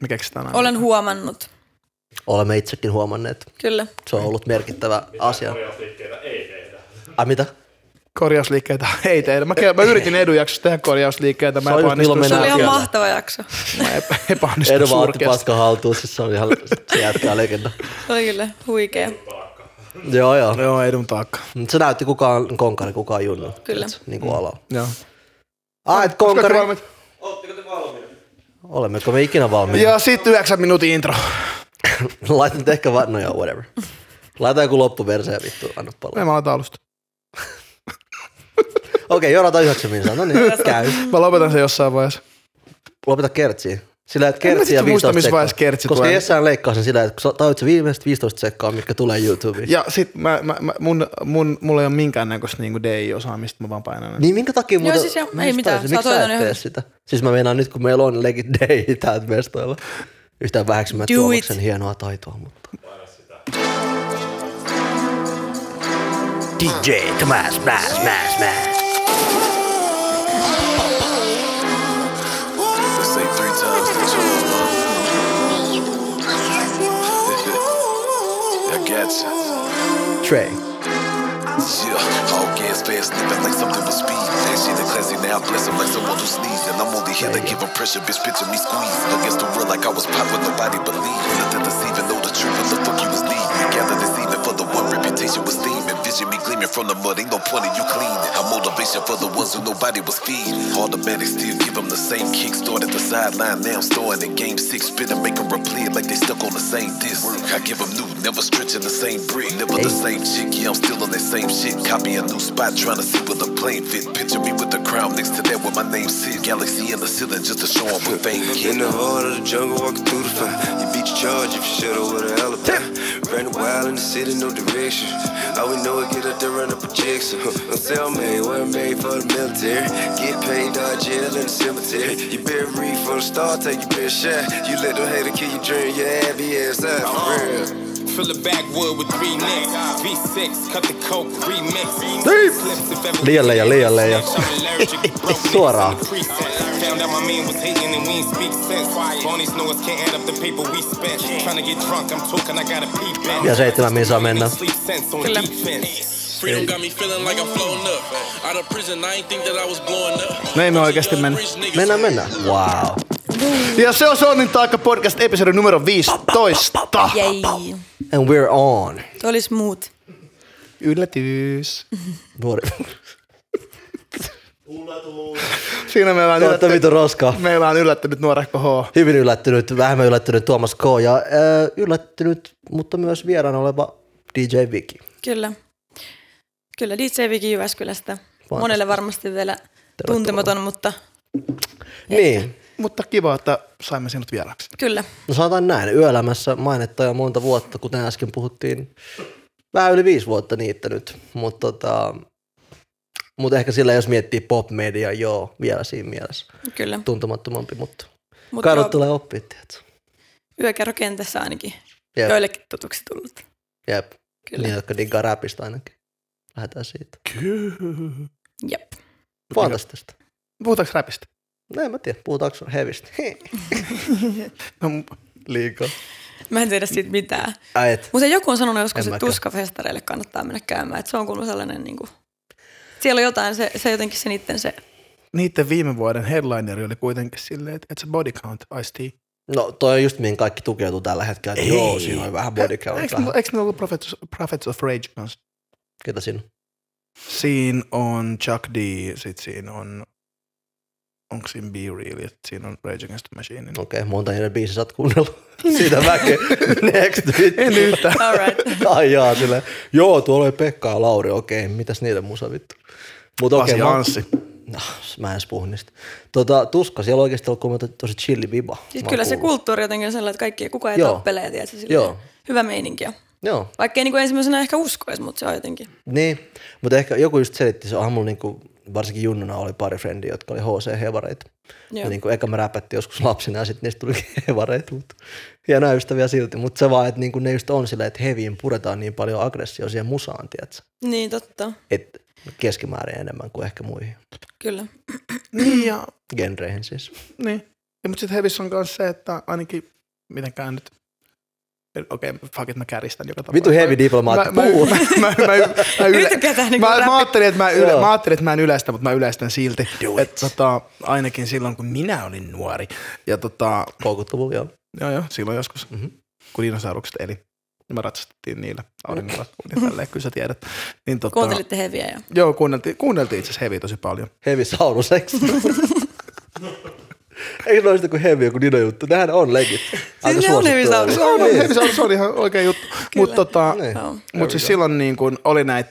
me keksitään aina. Olen huomannut, Olemme itsekin huomanneet. kyllä. Se on ollut merkittävä asia. Korjausliikkeitä ei tehdä. Ai mitä? Korjausliikkeitä ei tehdä. Mä, ke- mä yritin edunjaksossa tehdä korjausliikkeitä. Mä Se on just epäonnistuin, milloin Se oli ihan Kyllä. mahtava jakso. mä epä- epäonnistuin Edu vaan otti surkeasti. paska haltuun, siis se on ihan, se jätkää legenda. Se oli kyllä huikea. Joo, joo. Joo, edun taakka. Mut Se näytti kukaan konkari, kukaan junnu. Kyllä. Niin kuin ala. Joo. Ah, et Ootko konkari. te Mm. valmiit? Olemmeko me ikinä valmiita? Ja sitten yhdeksän minuutin intro. Laitan nyt ehkä vaan, no joo, whatever. Laita joku loppuverse ja vittu, anna palaa. Ei mä aloitan alusta. Okei, okay, Jonata yhdeksän minuuttia. No niin, käy. Mä lopetan sen jossain vaiheessa. Lopeta kertsiin. Sillä, että En mä kertsi ja sitten muista, 15 missä sekkaa. vaiheessa kertsi Koska tulee. Jessään leikkaa sen sillä, että tajutko viimeiset 15 sekkaa, mikä tulee YouTubeen. Ja sit mä, mä, mä mun, mun, mulla ei ole minkäännäköistä niinku DI-osaamista, mä vaan painan. Niin minkä takia muuta? siis joo, mä ei just mitään, tajusin, sä Miksi oot sä et hoitanut tee hyvin. sitä? Siis mä meinaan nyt, kun meillä on legit day täältä mestoilla. Yhtään väheksymättä Do Tuomaksen it. hienoa taitoa, mutta... DJ, come on, smash, smash, smash. Let's say three times the charm. I gotcha. Trey. Yeah, all gas fast, living like something with speed. That shit is classy, now I'm blessed like someone who sneezed. And I'm only here to give impression, bitch, picture me squeeze. Against the world like I was pop with nobody believed. Nothing deceiving, know the truth, what the fuck you was leading. We gathered this evening for the one reputation was steam. Envision me gleaming from the mud, ain't no point in you clean. I'm motivation for the ones who nobody was feeding. Automatic still give them the same kick, started the sideline, now I'm storing in game six. Spin and make them replay it like they stuck on the same disc. I give them new, never stretching the same brick. Never the same chick, yeah, I'm still on that same shit. Copy a new spot, trying to see where the plane fit. Picture me with the crown next to that where my name sit. Galaxy in the ceiling just to show them what fame In get. the heart of the jungle, walking through the fire. You beat the charge if you shuttle with an alibi. Ran wild in the city, no direction. All we know is get up there, run a projection. I'm cellmate, wasn't made for the military. Get paid, dodge jail in the cemetery. You better read for the star, take your best shot. You let them hater kill your dream, your happy ass out for real. Fill the backwood with three nicks. V6, cut the coke, remix. Deep. Slips if ever- Liian leija, liian leija. I'm allergic to broke niggas Suoraan. in the preset. Found out my man was hating and we ain't speak sense. Bonnie's know us can't add up the paper we spent. Tryna get drunk, I'm talking, I got a pee back. Ja seitsemän minsaa mennään. Sleep sense on Kyllä. defense. Freedom got me feeling like I'm floating up. Out of prison, I ain't think that I was blowing up. Näin me oikeasti mennä. Mennään, mennään. Wow. Ja se on Sonnin taakka podcast episodi numero 15. Jei. And we're on. Se oli smooth. Yllätys. Nuori. Siinä meillä on, Tuotta yllätty, vittu roskaa. meillä on yllättynyt nuorekko H. Hyvin yllättynyt, vähemmän yllättynyt Tuomas K. Ja äh, yllättynyt, mutta myös vieraana oleva DJ Viki. Kyllä. Kyllä, DJ Viki Jyväskylästä. Fantastista. Monelle varmasti vielä tuntematon, mutta Niin. Mutta kiva, että saimme sinut vieraksi. kyllä. No sanotaan näin, yöelämässä mainetta jo monta vuotta, kuten äsken puhuttiin, vähän yli viisi vuotta niitä nyt, mutta tota, mut ehkä sillä jos miettii popmedia, joo, vielä siinä mielessä Kyllä. tuntemattomampi, mutta Mut joo, kadut tulee oppia, tiedätkö? yökerrokentässä ainakin Jep, joillekin tutuksi tullut. jep. Kyllä. Niillä, jotka diggaa räpistä ainakin. Lähdetään siitä. Jep. Fantastista. Puhutaanko räpistä? No en mä tiedä, puhutaanko hevistä? No, m- Liikaa. Mä en tiedä siitä mitään. Ai et, Mutta joku on sanonut joskus, En että mäkään. tuskafestareille kannattaa mennä käymään. Että se on kuullut sellainen niinku... Siellä on jotain, se, se jotenkin se niitten se... niiden viime vuoden headlineri oli kuitenkin silleen, että että se body count, Ice-T. no toi on just mihin kaikki tukeutuu tällä hetkellä, että joo, siinä on vähän Eh, body count. Eikö, vähän. eikö ne ollut Prophets, Prophets of Rage kanssa? Ketä siinä? on? Siinä on Chuck D, sit siinä on, onko siinä Be Real, ja sit siinä on Rage Against the Machine. No. Okei, okay, monta niiden biisi sä oot kuunnellut. Siitä väkeä. Next bit. En yhtään. All right. Ai jaa, sillä, joo, tuolla oli Pekka ja Lauri, okei, okay, mitäs niiden musa vittu? Mut okei, Pasi okay, mä, Anssi. no, mä en edes puhu niistä. Tota, tuska, siellä oikeesti on kuulemma tosi chilli biba. Siis Mä oon kyllä se kuullut. kulttuuri jotenkin sellainen, että kaikki kukaan ei Joo. tappelee, tiedätkö, Joo. silleen, hyvä meininkiä. Joo, Vaikka ei niinku ensimmäisenä ehkä uskoisi, mutta se on jotenkin. niin, mutta ehkä joku just selitti, se onhan mulla niinku, varsinkin junnuna oli pari frendiä, jotka oli HC-hevareita. Ja Joo. niinku, eka me räpättiin joskus lapsena ja sitten niistä tuli hevareita, mutta hienoja ystäviä silti. Mutta se vaan, että niinku, ne just on silleen, että heviin puretaan niin paljon aggressio siihen musaan, tiedätkö? Niin, totta. Et keskimäärin enemmän kuin ehkä muihin Kyllä. Niin ja, genreihin siis. niin. Ja, mutta sitten Hevissä on myös se, että ainakin mitenkään nyt Okei, okay, fuck it, mä käristän joka tapauksessa. Vitu heavy diplomaatti, Mä, mä, puhu. mä, mä, mä, mä, yle- Yritäkää tehdä niinku mä, mä, rappi. ajattelin, että mä, yle, Niin Joo. mä ajattelin, että mä en yleistä, mutta mä yleistän silti. Et, tota, ainakin silloin, kun minä olin nuori. Ja tota, Koukuttavuus, joo. joo joo, silloin joskus, Mhm. mm-hmm. kun dinosaurukset eli. niin Me ratsastettiin niillä auringolla. Ja tälleen, kyllä sä tiedät. Niin, tota, Kuuntelitte heviä ja Joo, kuunneltiin, kuunneltiin itse asiassa heviä tosi paljon. Heavy Saurus, eikö? Eikö noista kuin heavy joku dino juttu? Nehän on legit. Aika ne on Heavy suosittuja. Saurus. Se Siis on, Niin. heavy, se on, se on ihan oikea juttu. Mutta tota, Niin. joo. Mutta siis silloin niin kun oli näitä,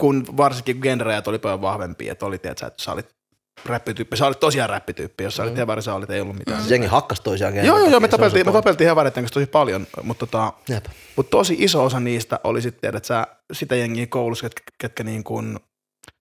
kun varsinkin genrejä oli paljon vahvempia, että oli, tiedätkö, että sä olit räppityyppi, sä olit tosiaan räppityyppi, jos sä Mm. olit hevari, sä olit, ei ollut mitään. Jengi hakkas toisiaan. Joo, joo, kengän joo, me takia, se on tapeltiin, se me pointti. tapeltiin hevareiden kanssa tosi paljon, mutta tota, Jep. mut tosi iso osa niistä oli sitten, tiedät sä, sitä jengiä koulussa, ketkä, ketkä niin kun,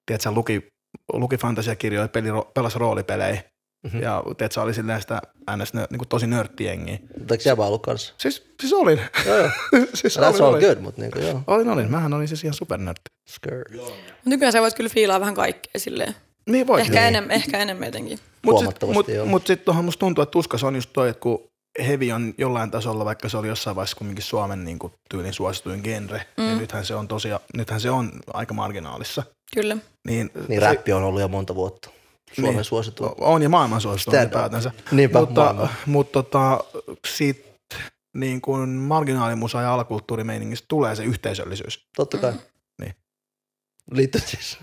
tiedät sä, luki, luki fantasiakirjoja, peli, pelasi roolipelejä, Mhm. ja tiedät sä, oli silleen sitä ns. Nö, niin tosi nörttijengiä. Mutta eikö jäbä ollut kanssa? Siis, siis olin. Joo, joo. siis That's olin, all olin. good, mutta niinku joo. Olin, olin. Mähän olin siis ihan supernörtti. Skirt. Nykyään sä voit kyllä fiilaa vähän kaikkea silleen. Niin voi. Ehkä, Niin. enemmän, ehkä enemmän jotenkin. Mut Huomattavasti, Mutta joo. sitten mut sit tuohon musta tuntuu, että tuska se on just toi, että kun heavy on jollain tasolla, vaikka se oli jossain vaiheessa kumminkin Suomen niin kuin, tyylin suosituin genre, mm. niin nythän se, on tosia, nythän se on aika marginaalissa. Kyllä. Niin, Niin se, räppi on ollut jo monta vuotta. Suomen Niin. suosituin. on ja maailman suosituin Stand up. ylipäätänsä. Niinpä, Mutta, maailman. mutta tota, sit, niin kuin marginaalimusa ja alakulttuurimeiningissä tulee se yhteisöllisyys. Totta kai. Niin. Liittyy siis.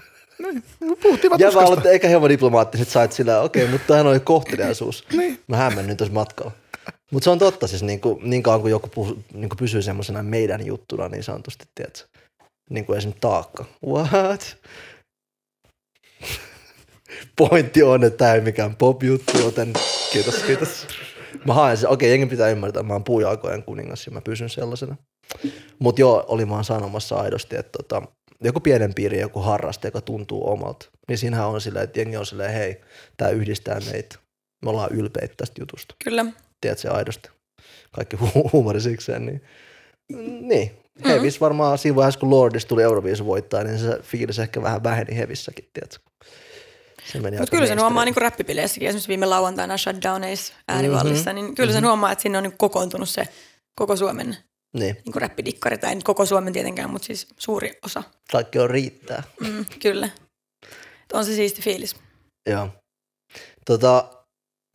no Puhuttiin Jäbä vaan ollut ehkä hieman diplomaattiset sait sillä, okei, mutta tämähän oli kohteliaisuus. Niin. Mä hämmennyin tuossa matkalla. Mutta se on totta siis, niin, kuin, niin kauan kuin joku puhu, niin kuin pysyy semmoisena meidän juttuna niin sanotusti, tiedätkö? Niin kuin esimerkiksi taakka. What? Pointti on, että tämä ei mikään pop-juttu, joten kiitos, kiitos. Mä haen sen. Okei, jengi pitää ymmärtää, mä oon puujalkojen kuningas ja mä pysyn sellaisena. Mutta joo, olin vaan sanomassa aidosti, että tota, joku pienen piiri, joku harraste, joka tuntuu omalta. Niin siinähän on silleen, että jengi on silleen, hei, tämä yhdistää meitä. Me ollaan ylpeitä tästä jutusta. Kyllä. Tiedät se aidosti. Kaikki hu- huumori sikseen, niin. Niin. Hevis varmaan siinä vaiheessa, kun Lordis tuli Euroviisu voittaa, niin se fiilis ehkä vähän väheni Hevissäkin, tiedätkö? Se meni Mutta aika kyllä sen huomaa mainstream. niinku räppipileissäkin. Esimerkiksi viime lauantaina Shutdowneissa äänivallissa, mm-hmm. niin kyllä sen huomaa, että sinne on niinku kokoontunut se koko Suomen Niin, niinku räppidikkari. Tai ei nyt koko Suomen tietenkään, mutta siis suuri osa. kaikki on riittää. Mm, kyllä. Et on se siisti fiilis. Joo. Tota,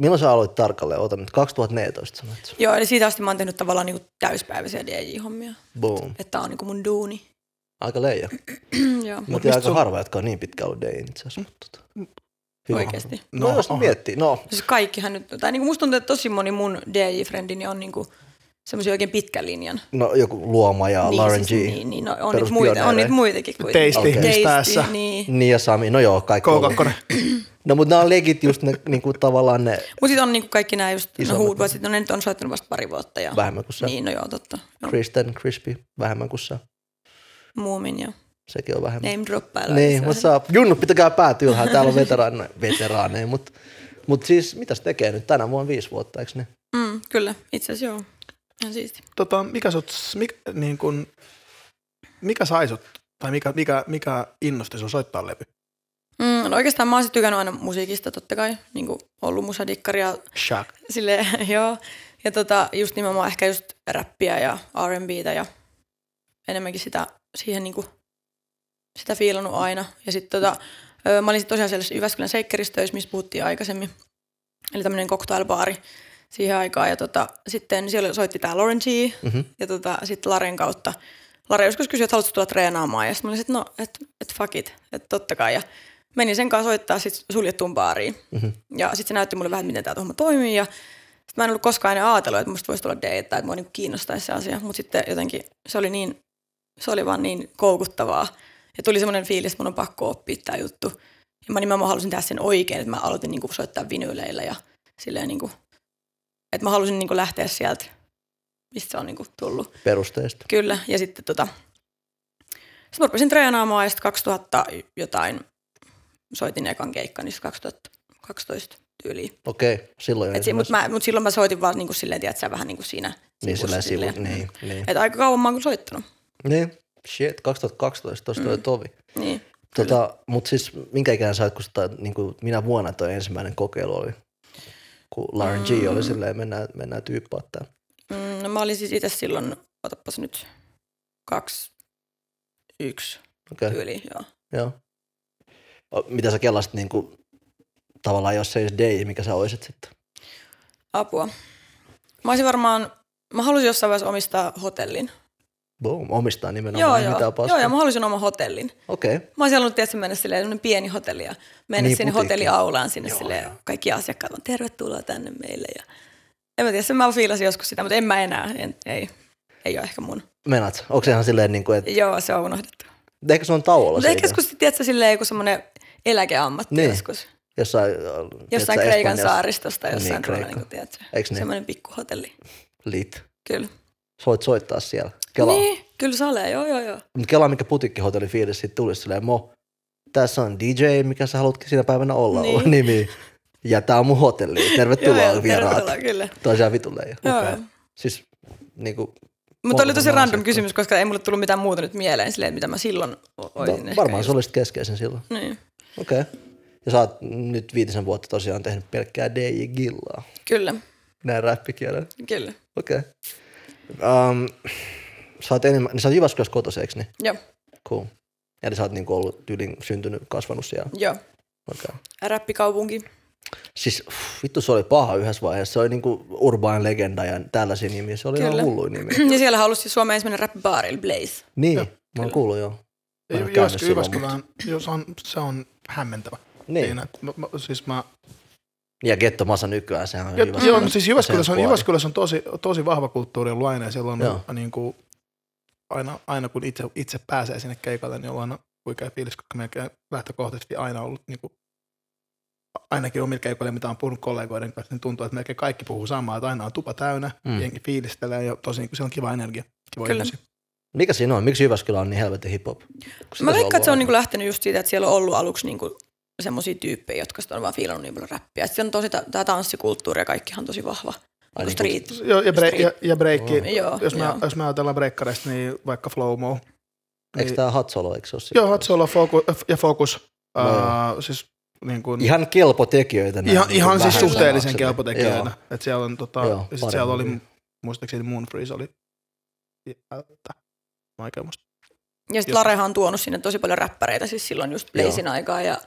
milloin sä aloit tarkalleen? Ota nyt 2014 sanoit. sä. Joo, eli siitä asti mä oon tehnyt tavallaan niinku täyspäiväisiä DJ-hommia. Boom. Että tää on niinku mun duuni. Aika leija. Joo, Mä Mut tiedän mistä aika sun- harva, jotka on niin pitkä ollut Dayn itse asiassa. mutta tota. Hyvä. oikeasti. No, no jos aha. miettii, no Siis kaikkihan nyt, tai niinku musta tuntuu, että tosi moni mun DJ-frendini on niinku semmoisia oikein pitkän linjan. No joku Luoma ja niin, Lauren G. niin, niin no, on, niitä muita, Peruspioneereja. on niitä muitakin kuitenkin. Tasty, Tasty, Okei. tässä. niin. Niin ja Sami, no joo, kaikki. on- K2. No mutta nämä on legit just ne niinku, tavallaan ne Mutta sitten on niinku kaikki nämä just no, Isommat. huudvat, sit, no ne nyt on soittanut vasta pari vuotta. Ja, vähemmän kuin sä. Niin, Niin. no joo, totta. Joo. Kristen, Crispy, vähemmän kuin sä. Muumin ja Sekin on vähemmän. name droppailla. Mm. Niin, mutta saa, junnu, pitäkää päät ylhäällä, täällä on veteraaneja, veteraaneja mutta mut siis mitäs tekee nyt? Tänä vuonna viisi vuotta, eikö ne? Mm, kyllä, itse asiassa joo. Ihan siisti. tota, mikä, sut, mikä, niin kun, mikä sai sut, tai mikä, mikä, mikä innosti sun soittaa levy? Mm, no oikeastaan mä oon sit tykännyt aina musiikista totta kai, niin kuin ollut musadikkari ja Shock. Sille joo. Ja tota, just nimenomaan ehkä just räppiä ja R&Btä ja enemmänkin sitä siihen niinku, sitä fiilannut aina. Ja sitten tota, ö, mä olin sit tosiaan siellä siis Jyväskylän seikkeristöissä, missä puhuttiin aikaisemmin. Eli tämmöinen cocktailbaari siihen aikaan. Ja tota, sitten siellä soitti tää Lauren G. Mhm. Ja tota, sitten Laren kautta. Lare joskus kysyi, että haluatko tulla treenaamaan. Ja sitten mä olin, että no, et, et fuck it. Että totta kai. Ja menin sen kanssa soittaa sit suljettuun baariin. Mhm. Ja sitten se näytti mulle vähän, että miten tämä homma toimii. Ja sitten mä en ollut koskaan ennen ajatellut, että musta voisi tulla date, että mua niinku kiinnostaisi se asia. Mutta sitten jotenkin se oli, niin, se oli vaan niin koukuttavaa. Ja tuli semmoinen fiilis, että mun on pakko oppia tämä juttu. Ja mä nimenomaan halusin tehdä sen oikein, että mä aloitin niinku soittaa vinyyleillä ja silleen niinku, että mä halusin niinku lähteä sieltä, mistä se on niinku tullut. Perusteista. Kyllä, ja sitten tota, sitten mä rupesin treenaamaan ja sitten 2000 jotain soitin ekan keikka, niin sit 2012 tyyliin. Okei, silloin jo Et si- mut, mä, mut silloin mä soitin vaan niinku silleen, tiedätkö, vähän niinku siinä Niin, sillä sivussa sivu, niin, niin. Et aika kauan mä oon kyllä soittanut. Niin, shit, 2012, tosta mm. tovi. Niin. Tota, mutta siis minkä ikään sait, kun sitä, niin kuin minä vuonna toi ensimmäinen kokeilu oli? kun Lauren G oli silleen, mennään, mennään tyyppaa tää. Mm, no mä olin siis itse silloin, otapas nyt, kaksi, yksi Okei, okay, yli, joo. joo. O, Mitä sä kellasit niin kuin, tavallaan, jos se ei olisi day, mikä sä oisit sitten? Apua. Mä olisin varmaan, mä halusin jossain vaiheessa omistaa hotellin. Boom, omistaa nimenomaan, joo, ei joo. mitään paskaa. joo, ja mä halusin oman hotellin. Okei, okay. Mä olisin halunnut tietysti mennä silleen semmonen pieni hotelli ja mennä Niin, niin, sinne putiikki. hotelliaulaan sinne silleen, kaikki asiakkaat on tervetuloa tänne meille ja en mä tiedä, sen mä fiilasin joskus sitä, mutta en mä enää, en, ei, ei ole ehkä mun. menat. Onko se ihan silleen, niin kuin, että Joo, se on unohdettu. eikö se on tauolla Mutta siitä? ehkä joskus, tiedätkö, silleen joku semmoinen eläkeammatti Niin. niin. joskus. Jossain, Jossain tiedätkö, Kreikan Espanjassa. saaristosta, jossain Niin, niin, tuolla, Kreikka. niin kuin, tiedätkö, Eiks niin? semmoinen pikkuhotelli. Lit. Kyllä. Sä voit soittaa siellä. Kela. Niin. Niin, kyllä sale, joo, joo, joo. Mutta Kela, mikä putikkihotelli fiilis siitä tulisi silleen, mo, tässä on DJ, mikä sä haluatkin siinä päivänä olla, Niin. niin. nimi. Ja tää on mun hotelli. Tervetuloa joo, joo, vieraat. tervetuloa, kyllä. Toisiaan vitulle. Ja. Joo. Upea. Siis niinku, Mutta oli tosi Molemmat random asiakkaat. kysymys, koska ei mulle tullut mitään muuta nyt mieleen silleen, mitä mä silloin o- olisin no, ehkä varmaan just- se olisit keskeisen silloin. Niin. Okei. Okay. Ja sä oot nyt viitisen vuotta tosiaan tehnyt pelkkää DJ-gillaa. Kyllä, Näin räppikielellä. kyllä. Okei. Okay. Um, sä oot enemmän, niin sä oot Jyväskylässä kotosi, eikö niin? Joo, Cool. Eli sä oot niinku ollut tyylin syntynyt, kasvanut siellä. joo. Mm, Okay. Räppikaupunki. Siis uff, vittu se oli paha yhdessä vaiheessa. Se oli niinku urban legenda ja tällaisia nimiä. Se oli Kyllä. ihan Kyllä. hullu nimi. Ja siellä halusi siis Suomen ensimmäinen rappibaari, eli Blaze. niin, mä oon kuullut joo. Mä en ole käynyt Jyväsky- silloin, Jyväskylään, jos on, se on hämmentävä. Niin. Siinä, että mä, mä, siis mä, Ja Getto Masa nykyään, sehän on ja, Jyväskylän- joo, mutta siis Jyväskylässä on, sen Jyväskylässä on tosi, tosi vahva kulttuuri ollut aina ja siellä on Joo. niin kuin, aina, aina kun itse, itse pääsee sinne keikalle, niin on aina huikea fiilis, koska meillä lähtökohtaisesti aina ollut niin kuin, ainakin omilla keikoilla, mitä on puhunut kollegoiden kanssa, niin tuntuu, että melkein kaikki puhuu samaa, että aina on tupa täynnä, Mm. mm. jengi fiilistelee ja tosi niin kuin, siellä on kiva energia. Kiva Kyllä. ihmisiä. Mikä siinä on? Miksi Jyväskylä on niin helvetin hip-hop? Kun sitä Mä veikkaan, että se on ollut niinku lähtenyt just siitä, että siellä on ollut aluksi niinku semmoisia tyyppejä, jotka sit on vaan fiilannut niin paljon räppiä. Sitten on tosi, tämä tanssikulttuuri ja kaikkihan on tosi vahva. Niinku niinku- street. Joo, ja, bre- ja, ja breikki. Mm. Joo, jos, mä, äh, joo. jos mä ajatellaan breikkareista, niin vaikka Flowmo. Niin, Eikö tää Hatsolo, eikö se ole siinä? Joo, Hatsola foku, ja Focus. No ää, siis niin kuin, ihan, Ihan kelpo tekijöitä. näin, ihan, niinku ihan siis vähän suhteellisen sanaksi. kelpotekijöinä. Joo. Et siellä on tota, Joo, Joo, ja sit paremmin siellä oli, kyllä. muistaakseni Moonfreeze oli. Jältä. Vaikea muista. Ja sitten Just- Larehan on tuonut sinne tosi paljon räppäreitä siis silloin just Blazin aikaa ja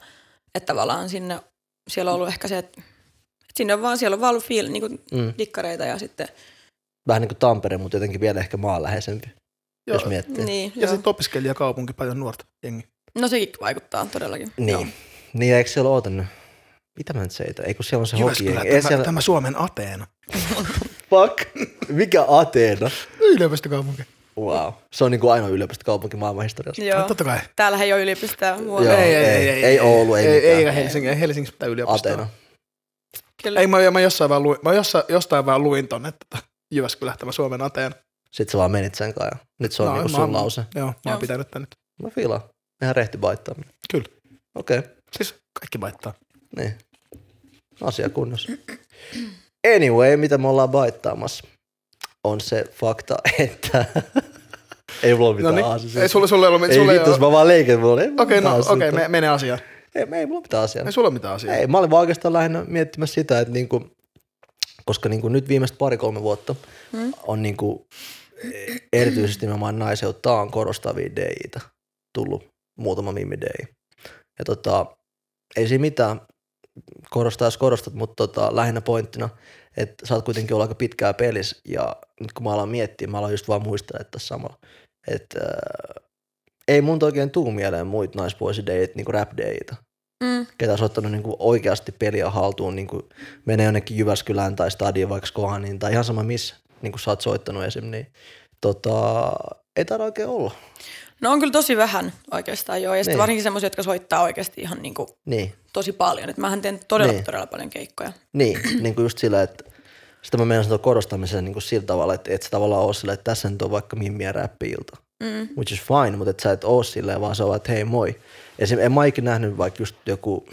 että tavallaan sinne, siellä on ollut ehkä se, että että sinne on vaan, siellä on vaan ollut fiil, niinku Mm. dikkareita ja sitten, Vähän niin kuin Tampere, mutta jotenkin vielä ehkä maanläheisempi, Joo, jos miettii. niin, ja joo. sitten opiskelijakaupunki, paljon nuorta jengi. no sekin vaikuttaa todellakin. Niin. Niin, ja eikö siellä ole tänne? Mitä mä nyt seitä? Eikö siellä on se hoki? Jyväskylä, Ei tämä, siellä... siellä... tämä Suomen Ateena. Fuck. Mikä Ateena? Yliopistokaupunki. Wow. Se on niin kuin ainoa yliopistokaupunki maailman historiassa. No, Joo. totta kai. Täällähän ei ole yliopistoa muualla. Joo. Ei, ei Oulu, ei ei, mitään. ei Helsinki, ei Helsingissä mitään yliopistoa. Ateena. Kyllä. Ei, mä, mä jossain vaan luin, mä jossa, jostain vaan luin tonne, että Jyväskylä tämä Suomen Ateena. Sitten sä vaan menit sen kanssa. ja Nyt se on no, niin kuin mä sun oon- lause. Joo, mä Joo. oon pitänyt tänne. Mä fiilaan. Ihan rehti baittaminen. Kyllä. Okei. Okay. Siis kaikki vaihtaa. Niin. Asia kunnossa. Anyway, mitä me ollaan baittaamassa, on se fakta, että ei mulla ole mitään Noniin. aasia. No niin, Ei sulla, sulla ei ollut, ei sulla vittu, jos mä vaan leikin. Mulla ei Okei, mitään no asiaa. okei, me, mene asiaan. Ei, ei mulla ole mitään asiaa. Ei sulla ole mitään asiaa. Ei, mä olin vaan oikeastaan lähinnä miettimässä sitä, että niinku, koska niinku nyt viimeiset pari-kolme vuotta mm. on niinku, e- erityisesti nimenomaan naiseuttaan korostavia DJitä tullut muutama mimi DJ. Ja tota, ei siinä mitään korostaa, jos korostat, mutta tota, lähinnä pointtina, että sä oot kuitenkin ollut aika pitkää pelissä ja nyt kun mä alan miettiä, mä alan just vaan muistaa, että samalla, että äh, ei mun oikein tuu mieleen muita naispuolisideit, niinku rap-deitä Mm. ketä olisi ottanut niin kuin oikeasti peliä haltuun, niin kuin menee jonnekin Jyväskylään tai stadion vaikka Kohaniin tai ihan sama missä, niin kuin sä oot soittanut esim. Niin, tota, ei taida oikein olla. No on kyllä tosi vähän oikeastaan joo. Ja sitten Niin. varsinkin semmoisia, jotka soittaa oikeasti ihan niinku Niin, tosi paljon. Et mähän teen todella, Niin. todella paljon keikkoja. niin, niin kuin just sillä, että sitä mä menen korostamisen niin kuin sillä tavalla, että et sä tavallaan ole sillä, että tässä nyt on vaikka mimmiä räppi-ilta. Mm. Which is fine, mutta et sä et oo silleen, vaan sä oot, että hei moi. Esim. en mä ikinä nähnyt vaikka just joku,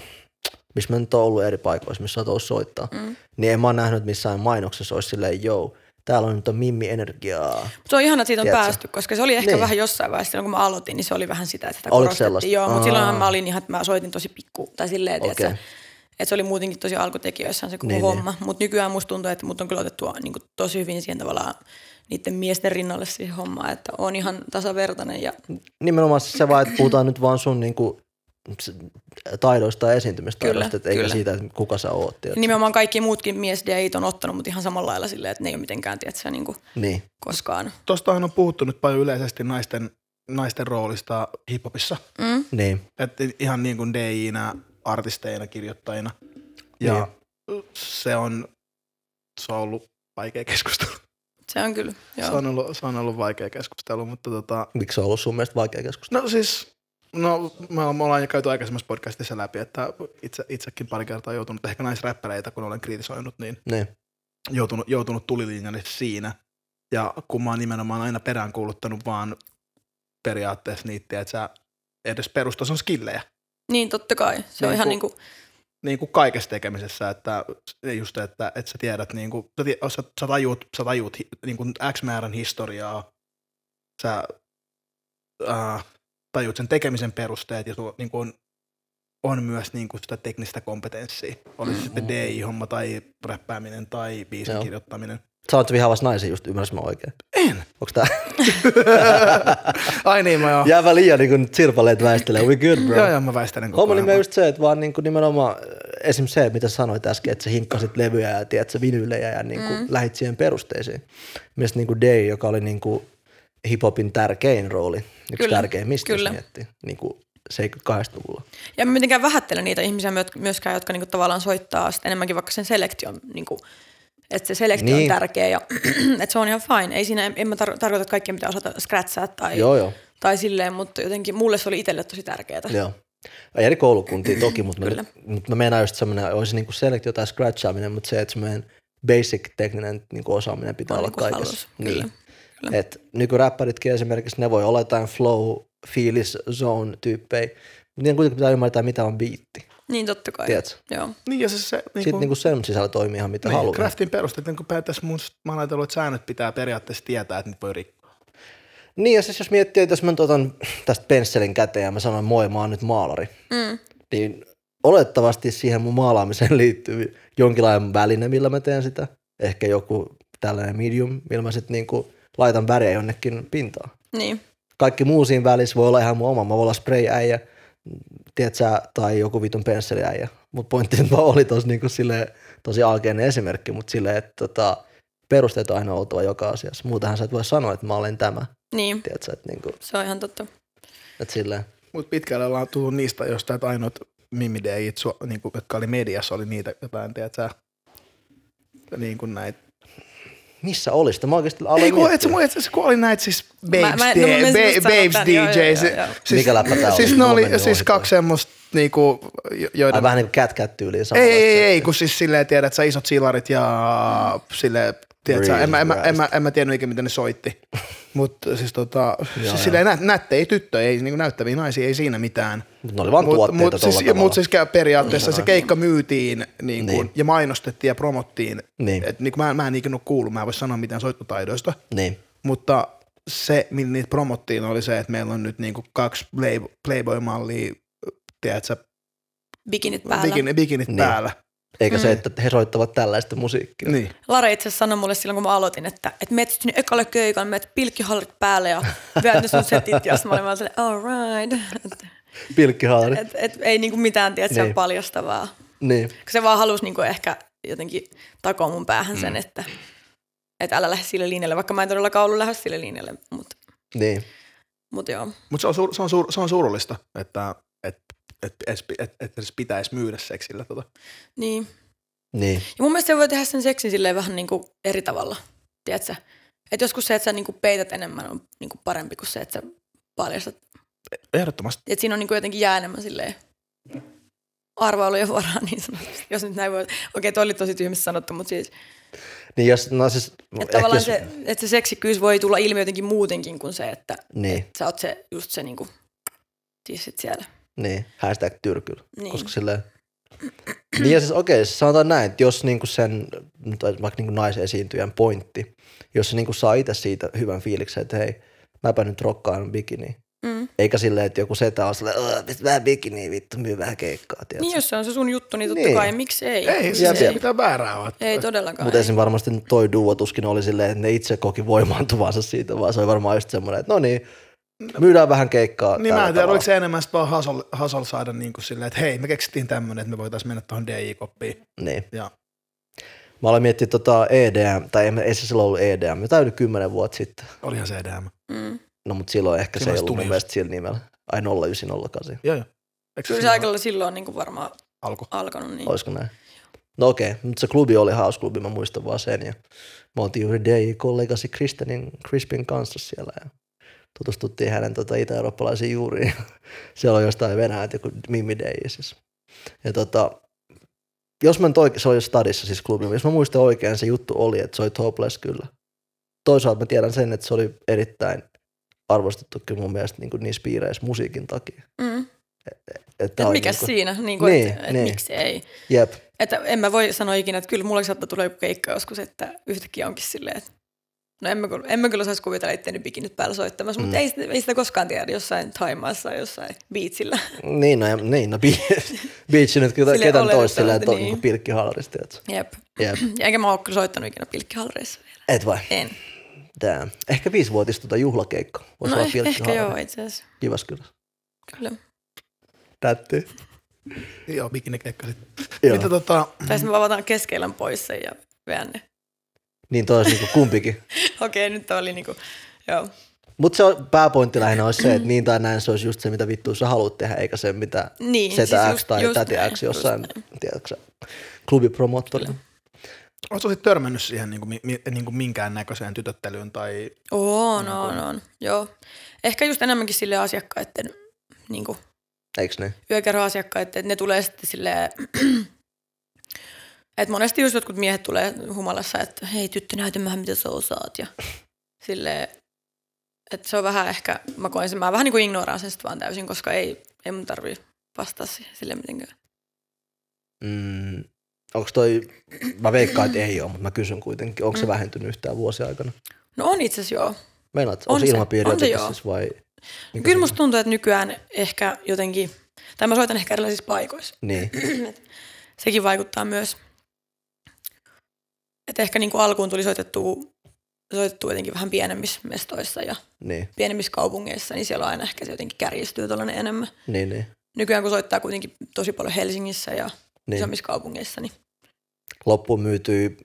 missä mä nyt oon ollut eri paikoissa, missä sä oot ollut soittaa, mm. niin en mä oon nähnyt että missään mainoksessa olisi silleen, joo, täällä on nyt on mimmi-energiaa. Se on ihana, että siitä on Tiedätkö? päästy, koska se oli ehkä Niin. niin. vähän jossain vaiheessa, silloin kun mä aloitin, niin se oli vähän sitä, että sitä Oliko korostettiin. sellaista? Joo, Aa. mutta silloinhan mä olin ihan, että mä soitin tosi pikku, tai silleen, Okei. okay. tiedätkö, Et se oli muutenkin tosi alkutekijöissään se koko Niin, niin, homma. Mutta nykyään musta tuntuu, että mut on kyllä otettu niin kuin, tosi hyvin siihen tavallaan niiden miesten rinnalle siihen hommaan, että on ihan tasavertainen ja Nimenomaan se vaan, että puhutaan nyt vaan sun niinku, s- taidoista ja esiintymistaidoista, Kyllä, et eikä kyllä. siitä, että kuka sä oot. tiedätkö. nimenomaan kaikki muutkin mies DJit on ottanut, mutta ihan samalla lailla silleen, että ne ei ole mitenkään tiedätkö, niin kuin, Niin. koskaan. Tuostahan on puhuttu nyt paljon yleisesti naisten, naisten roolista hiphopissa. Mm. Niin. Että ihan niin kuin DJinä, artisteina, kirjoittajina. niin. Ja se on, se on ollut vaikea keskustelu. Se on kyllä, Se joo. on, ollut, se on ollut vaikea keskustelu, mutta tota, Miksi se on ollut sun mielestä vaikea keskustelu? No siis, no me me ollaan jo käyty aikaisemmassa podcastissa läpi, että itse, itsekin pari kertaa joutunut, ehkä naisräppäreitä kun olen kritisoinut, niin Niin. joutunut, joutunut tulilinjalle siinä. Ja kun mä oon nimenomaan aina peräänkuuluttanut vaan periaatteessa niitä, että sä edes perustason skillejä, Niin, totta kai. Se on Niin ihan kun- niin kuin, niin kuin kaikessa tekemisessä, että just, että, että sä tiedät, niin kuin, sä, tie- sä, sä tajuut, sä tajuut hi- niin kuin X määrän historiaa, sä äh, tajuut sen tekemisen perusteet ja sulla niin kuin, on myös niin kuin sitä teknistä kompetenssia. Oli se sitten DI-homma tai räppääminen tai biisin Joo. kirjoittaminen. Sä oot vihaavas naisia just, ymmärsin mä oikein. En. Onks tää Ai niin, mä joo. jäävä liian niinku sirpaleet väistelee? We good bro. Joo, joo, mä väistelen koko Homma ajan. nimi on just se, että vaan niinku nimenomaan äh, esim. se, mitä sanoit äsken, että sä hinkkasit levyjä ja tiedät, sä vinylejä ja niinku mm. lähit siihen perusteisiin. Mielestäni niinku Day, joka oli niinku hiphopin tärkein rooli, yksi Kyllä, tärkeimmistä, kyllä. jos miettii, niinku 72-luvulla. ja mä mitenkään vähättele niitä ihmisiä myöt- myöskään, jotka niin kuin, tavallaan soittaa sit enemmänkin vaikka sen selektion, niin kuin, että se selektio Niin. on tärkeä ja että se on ihan fine. Ei siinä, en, en mä tar- tarkoita, että kaikkien pitää osata scratchaa tai, Joo, joo. tai silleen, mutta jotenkin mulle se oli itselle tosi tärkeää. Joo. Ja eri koulukuntia toki, mutta mä, Kyllä. mut mä meinaan just semmoinen, olisi niinku selektio tai scratchaaminen, mutta se, että semmoinen basic tekninen niinku osaaminen pitää On olla niinku kaikessa. Niin. halus, kyllä, kyllä. Et nykyräppäritkin esimerkiksi, ne voi olla jotain flow, fiilis, zone tyyppejä, mutta niiden kuitenkin pitää ymmärtää, mitä on biitti. Niin totta kai. Tiedätkö? Joo. Niin, ja se, se niin Sitten niinku sen sisällä toimii ihan mitä niin, haluaa. craftin perusteet, niin kun päättäisi mun, mä oon ajatellut, että säännöt pitää periaatteessa tietää, että niitä voi rikkoa. Niin ja siis jos miettii, että jos mä nyt otan tästä pensselin käteen ja mä sanon moi, mä oon nyt maalari, Mm. niin olettavasti siihen mun maalaamiseen liittyy jonkinlainen väline, millä mä teen sitä. Ehkä joku tällainen medium, millä mä sitten niinku laitan väriä jonnekin pintaan. Niin. Kaikki muu siinä välissä voi olla ihan mun oma. Mä voin olla spray-äijä, tiedät sä, tai joku vitun pensseliäijä. Mut pointti nyt vaan oli tos niinku sille tosi alkeinen esimerkki, mutta silleen, että tota, perusteet on aina oltava joka asiassa. Muutenhan sä et voi sanoa, että mä olen tämä. Niin. Tiedät sä, että niinku, Se on ihan totta. että silleen. Mutta pitkälle ollaan tullut niistä, josta että ainoat mimidejit, su- niinku, jotka oli mediassa, oli niitä jotain, tiedätkö, niin kuin näitä. Missä olisi? Mä oikeasti aloin Ei kun, et, miettiä. sä mu- et, sä- kun oli näitä siis Babes, mä- D- no mä menisin Ba- just sanoa babes tän, joo, joo, DJ. joo, joo. Siis, Mikä läppä tää siis oli? ne Mulla oli meni siis ohi kaksi semmoista, niinku, jo- Ai joiden... vähän niin kuin cat tyyliin ei, ei, ei, ei, kun siis silleen tiedät, sä isot silarit ja sille tiedät, sä, en, mä, en, mä, en, mä, en mä tiennyt ikinä, miten ne soitti. Mutta siis tota, joo. siis silleen nä, nättejä tyttöjä, ei niinku näyttäviä naisia, ei siinä mitään. Mutta ne oli vaan Mutta tuotteita mut, tolla siis, tavalla. mut siis käy periaatteessa se keikka myytiin niin kuin, Niin. ja mainostettiin ja promottiin. Niin. Et, niin kuin, mä, en- mä en ikinä ole kuullut, mä en voi sanoa mitään soittotaidoista, Niin. mutta se, millä niitä promottiin, oli se, että meillä on nyt niin kuin kaksi Play- Playboy-mallia, tiedätkö, Bikinit päällä. bikinit, bikinit Niin. päällä. Eikä Mm. se, että he soittavat tällaista musiikkia. Niin. Lara itse asiassa sanoi mulle silloin, kun mä aloitin, että, että meet sinne ekalle keikan, meet pilkkihallit päälle ja vyöt ne sun setit. Ja sit mä olin vaan silleen, all right. Että Pilkkihaari. et, et, ei niinku mitään, tiedä, se Niin. on paljastavaa. Niin. Kun se vaan halusi niinku ehkä jotenkin takoa mun päähän sen, että, että älä lähde sille linjalle, vaikka mä en todellakaan ollut lähes sille linjalle. Mutta Niin. mut joo, Mutta se, on sur, se, on sur, se on surullista, että et, et, et, et, et edes pitäisi myydä seksillä. Tota. niin. Niin. Ja mun mielestä se voi tehdä sen seksin silleen vähän niin kuin eri tavalla, tiedätkö? Että joskus se, että sä niin kuin peität enemmän on niin kuin parempi kuin se, että sä paljastat. Ehdottomasti. Et siinä on niin kuin jotenkin jää enemmän silleen arvailujen varaan niin sanotusti, jos nyt näin voi. Okei, toi oli tosi tyhmästi sanottu, mutta siis, Niin jos, no siis, että ehkä tavallaan jos, se, että se seksikkyys voi tulla ilmi jotenkin muutenkin kuin se, että Niin, sä oot se, just se niin kuin, tissit siellä. niin. Hashtag tyrkyl. Niin. Koska silleen, niin ja siis okei, siis sanotaan näin, että jos niinku sen, nyt vaikka niinku naisesiintyjän pointti, jos se niinku saa itse siitä hyvän fiiliksen, että hei, mäpä nyt rokkaan bikini, Mm. Eikä silleen, että joku setä on silleen, "Ugh, pistä vähän bikiniä vittu, myy vähän keikkaa, Niin, tiedätkö? jos se on se sun juttu, niin totta Niin. niin. kai, miksi ei? Ei, Siis siis Jep, ei jep. mitään väärää ole. Niin ei todellakaan. Mutta ei. esim. varmasti toi duotuskin oli silleen, että ne itse koki voimaantuvansa siitä, vaan se oli varmaan just semmoinen, että no niin, myydään vähän keikkaa. Niin tällä mä en tiedä, tavalla. oliko se enemmän sit vaan hasol, hasol saada niin kuin silleen, että hei, me keksittiin tämmöinen, että me voitaisiin mennä tuohon DJ-koppiin. Niin. Ja Mä aloin miettiä tota EDM, tai ei, ei se silloin ollut EDM, jotain yli 10 vuotta sitten. olihan se EDM. Mm. No mutta silloin ehkä Silloin se ei se ollut tuli mun just. mielestä sillä nimellä. Ai 0908, Joo, joo. Eikö Kyllä se silloin aika lailla silloin niin kuin varmaan alku? alkanut. Niin. olisiko näin? No okei, mutta se klubi oli hausklubi, mä muistan vaan sen. Ja mä oltiin juuri DJ-kollegasi Kristenin Crispin kanssa siellä ja tutustuttiin hänen tota, itä-eurooppalaisiin juuriin. siellä on jostain Venäjältä joku Mimi DJ siis. Ja tota, jos mä nyt oikein, se oli stadissa siis klubi, jos mä muistan oikein, se juttu oli, että se oli topless kyllä. Toisaalta mä tiedän sen, että se oli erittäin arvostettu kyllä mun mielestä niin kuin niissä piireissä musiikin takia. Mm. Että Et oli mikä niin kuin- siinä, niin kuin, niin, Niin, että, niin. niin. että miksi ei. Jep, Että en mä voi sanoa ikinä, että kyllä mulle saattaa tulla joku keikka joskus, että yhtäkkiä onkin silleen, että no en mä, kyllä- en mä kyllä osaisi kuvitella itseäni bikinit päällä soittamassa, mutta Mm. ei, sitä- ei, sitä koskaan tiedä jossain Taimaassa, jossain biitsillä. Niin, no, em- niin, no bi- biitsi Silleen nyt ketä, ketän oletetaan, toista silleen, että on niin. niin. pilkkihallaristi. Et. Jep. Jep. Ja enkä mä ole kyllä soittanut ikinä pilkkihalreissa vielä. Et vai? En. Tää. Ehkä viisivuotis tota juhlakeikka. Voisi no olla eh- ehkä pilkkihallari. joo itse asiassa. Jyväskylä. Kyllä. Tätti. Joo, bikinikeikka sitten. Joo. Mitä tota, Tai sitten mä avataan keskeilän pois sen ja veän ne. Niin toi olisi niinku kumpikin. Okei, nyt tää oli niinku, joo. Mutta se on, pääpointti lähinnä olisi se, että niin tai näin se olisi just se, mitä vittua sä haluat tehdä, eikä se mitä Niin, setä siis X just- tai just täti näin, X just jossain, tiedätkö klubipromottorina. oletko sitten törmännyt siihen niin kuin, niin kuin minkäännäköiseen tytöttelyyn tai Oo, no, Niin no, no. Joo. Ehkä just enemmänkin sille asiakkaiden niinku, Eiks niin? yökerhoasiakkaat, että ne tulee sitten silleen, että monesti just jotkut miehet tulee humalassa, että hei tyttö näytä vähän mitä sä osaat ja silleen, että se on vähän ehkä, mä koen sen, mä vähän niin kuin ignoraan sen sit vaan täysin, koska ei, ei mun tarvii vastaa siihen sille mitenkään. Mm, onko toi, mä veikkaan, että ei ole, mutta mä kysyn kuitenkin, onko se Mm. vähentynyt yhtään vuosia aikana? No on itse asiassa joo. Meinaat, On on se se- ilmapiiri on se jotenkin joo. siis vai? mikä Kyllä se- musta tuntuu, että nykyään ehkä jotenkin, tai mä soitan ehkä erilaisissa paikoissa. Niin, Sekin vaikuttaa myös. Että ehkä niin kuin alkuun tuli soitettua, soitettua jotenkin vähän pienemmissä mestoissa ja niin, pienemmissä kaupungeissa, niin siellä aina ehkä se jotenkin kärjistyy tuollainen enemmän. niin, niin. Nykyään kun soittaa kuitenkin tosi paljon Helsingissä ja niin. niin. isommissa kaupungeissa, niin Loppuun myytyy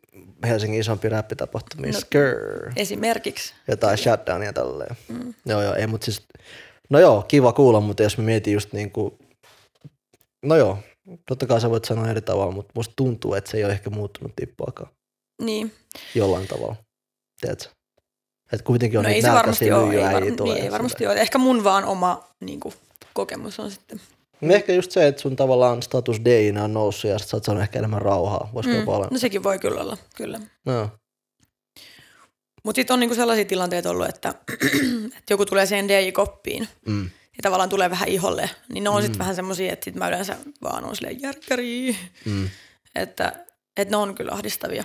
Helsingin isompi räppitapahtumia, No- no. esimerkiksi. jotain shutdownia tälleen. Mm. Joo, joo, ei, mutta siis, no joo, kiva kuulla, mutta jos mä mietin just niin kuin, no joo, totta kai sä voit sanoa eri tavalla, mutta musta tuntuu, että se ei ole ehkä muuttunut tippaakaan Niin, jollain tavalla, tiedätkö? Että kuitenkin no on ei niitä se varmasti nälkäisiä ole. Ei, lyijyäjiä var- tulee. niin, ei silleen. varmasti ole. Ehkä mun vaan oma niin kuin, kokemus on sitten. No Ehkä just se, että sun tavallaan status deinä on noussut ja sit sä oot saanut ehkä enemmän rauhaa, voisiko Mm. jopa olla. No sekin voi kyllä olla, kyllä. No, Mutta sitten on niin kuin sellaisia tilanteita ollut, että, että joku tulee siihen DJ-koppiin mm. ja tavallaan tulee vähän iholle, niin ne on sitten Mm. vähän semmoisia, että sit mä yleensä vaan on silleen järkkäri, Mm. että, että ne on kyllä ahdistavia.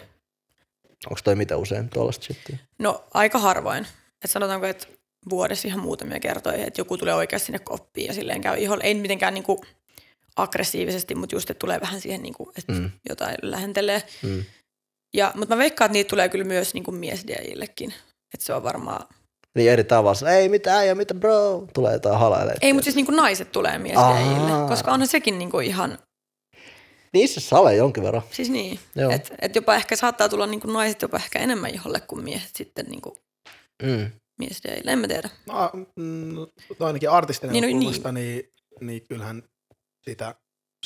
Onko toi mitä usein tuollaista shittiä? No aika harvoin. Et sanotaanko, että vuodessa ihan muutamia kertoja, että joku tulee oikeasti sinne koppiin ja silleen käy iholle. Ei mitenkään niinku aggressiivisesti, mutta just, että tulee vähän siihen, niinku, että Mm. mm. jotain lähentelee. Mm. Ja, mutta mä veikkaan, että niitä tulee kyllä myös niinku mies DJillekin. Että se on varmaan... Niin eri tavalla, se, ei mitään ja mitä bro, tulee jotain halailee. Ei, mutta siis niinku naiset tulee mies Ahaa. DJille, koska onhan sekin niinku ihan... Niissä sale jonkin verran. Siis niin, Joo. että et jopa ehkä saattaa tulla niinku naiset jopa ehkä enemmän iholle kuin miehet sitten niinku Mm. mies DJille. En mä tiedä. No, mm, no ainakin artistin Niin, niin, no niin. niin, niin kyllähän sitä,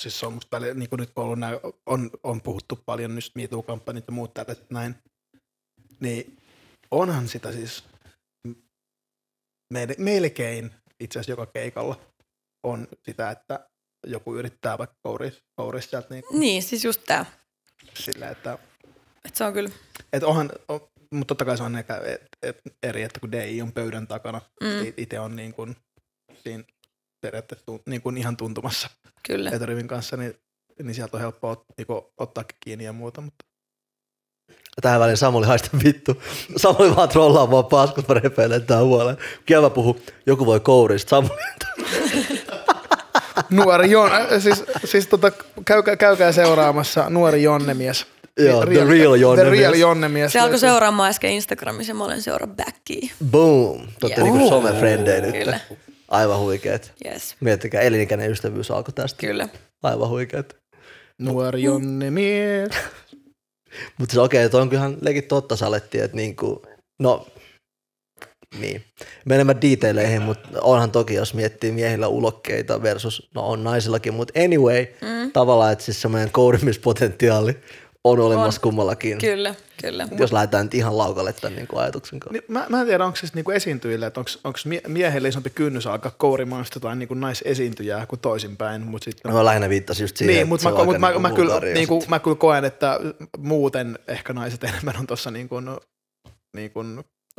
siis se on musta välillä, niin kuin nyt kun on, ollut nää, on, on puhuttu paljon just MeToo-kampanjat ja muut tällaiset näin, niin onhan sitä siis meille, melkein itse asiassa joka keikalla on sitä, että joku yrittää vaikka kouris, kouris sieltä niin Niin, siis just tää. sillä, että Että se on kyllä... et onhan, on, mutta totta kai se on ehkä et, et, eri, että kun DI on pöydän takana, Mm, mm. itse on niin kuin siinä periaatteessa tu- niin kuin ihan tuntumassa kyllä. eturivin kanssa, niin, niin sieltä on helppo ot, niin kuin, ottaa kiinni ja muuta, mutta Tähän väliin Samuli haista vittu. Samuli vaan trollaa vaan paskat, mä repeilen tää huoleen. Kielä puhuu, joku voi kourista. Samuli, Nuori Jon, äh, siis, siis tota, käykää, käykää seuraamassa nuori Jonnemies. Joo, the real The Jonnemies. real Jonnemies. Se alkoi seuraamaan äsken Instagramissa ja mä olen seuraa backia. boom, te ootte Yes. niinku somefrendejä nyt. Kyllä. Aivan huikeet. Yes, Miettikää, elinikäinen ystävyys alkoi tästä. kyllä. Aivan huikeet. Nuori Jonnemies. Mutta siis okei, toi on kyllähän legit totta saletti, että niinku, no, niin. Menemään detaileihin, mutta onhan toki, jos miettii miehillä ulokkeita versus, no on naisillakin, mutta anyway, mm. tavallaan, että siis semmoinen kourimispotentiaali on olemassa on. kummallakin. Kyllä, kyllä. Jos lähdetään nyt ihan laukalle tämän niinku ajatuksen kanssa. Niin, mä, mä en tiedä, onko siis niinku esiintyjillä, että onko miehelle isompi kynnys alkaa kourimaan sitä jotain niinku naisesiintyjää kuin toisinpäin. Mut sitten, No, Mä lähinnä viittasin just siihen, niin, että mutta se mä, on mut aika mä, niinku mä, kyllä, vulgaaria niinku, sit. mä kyllä koen, että muuten ehkä naiset enemmän on tuossa niinku, niinku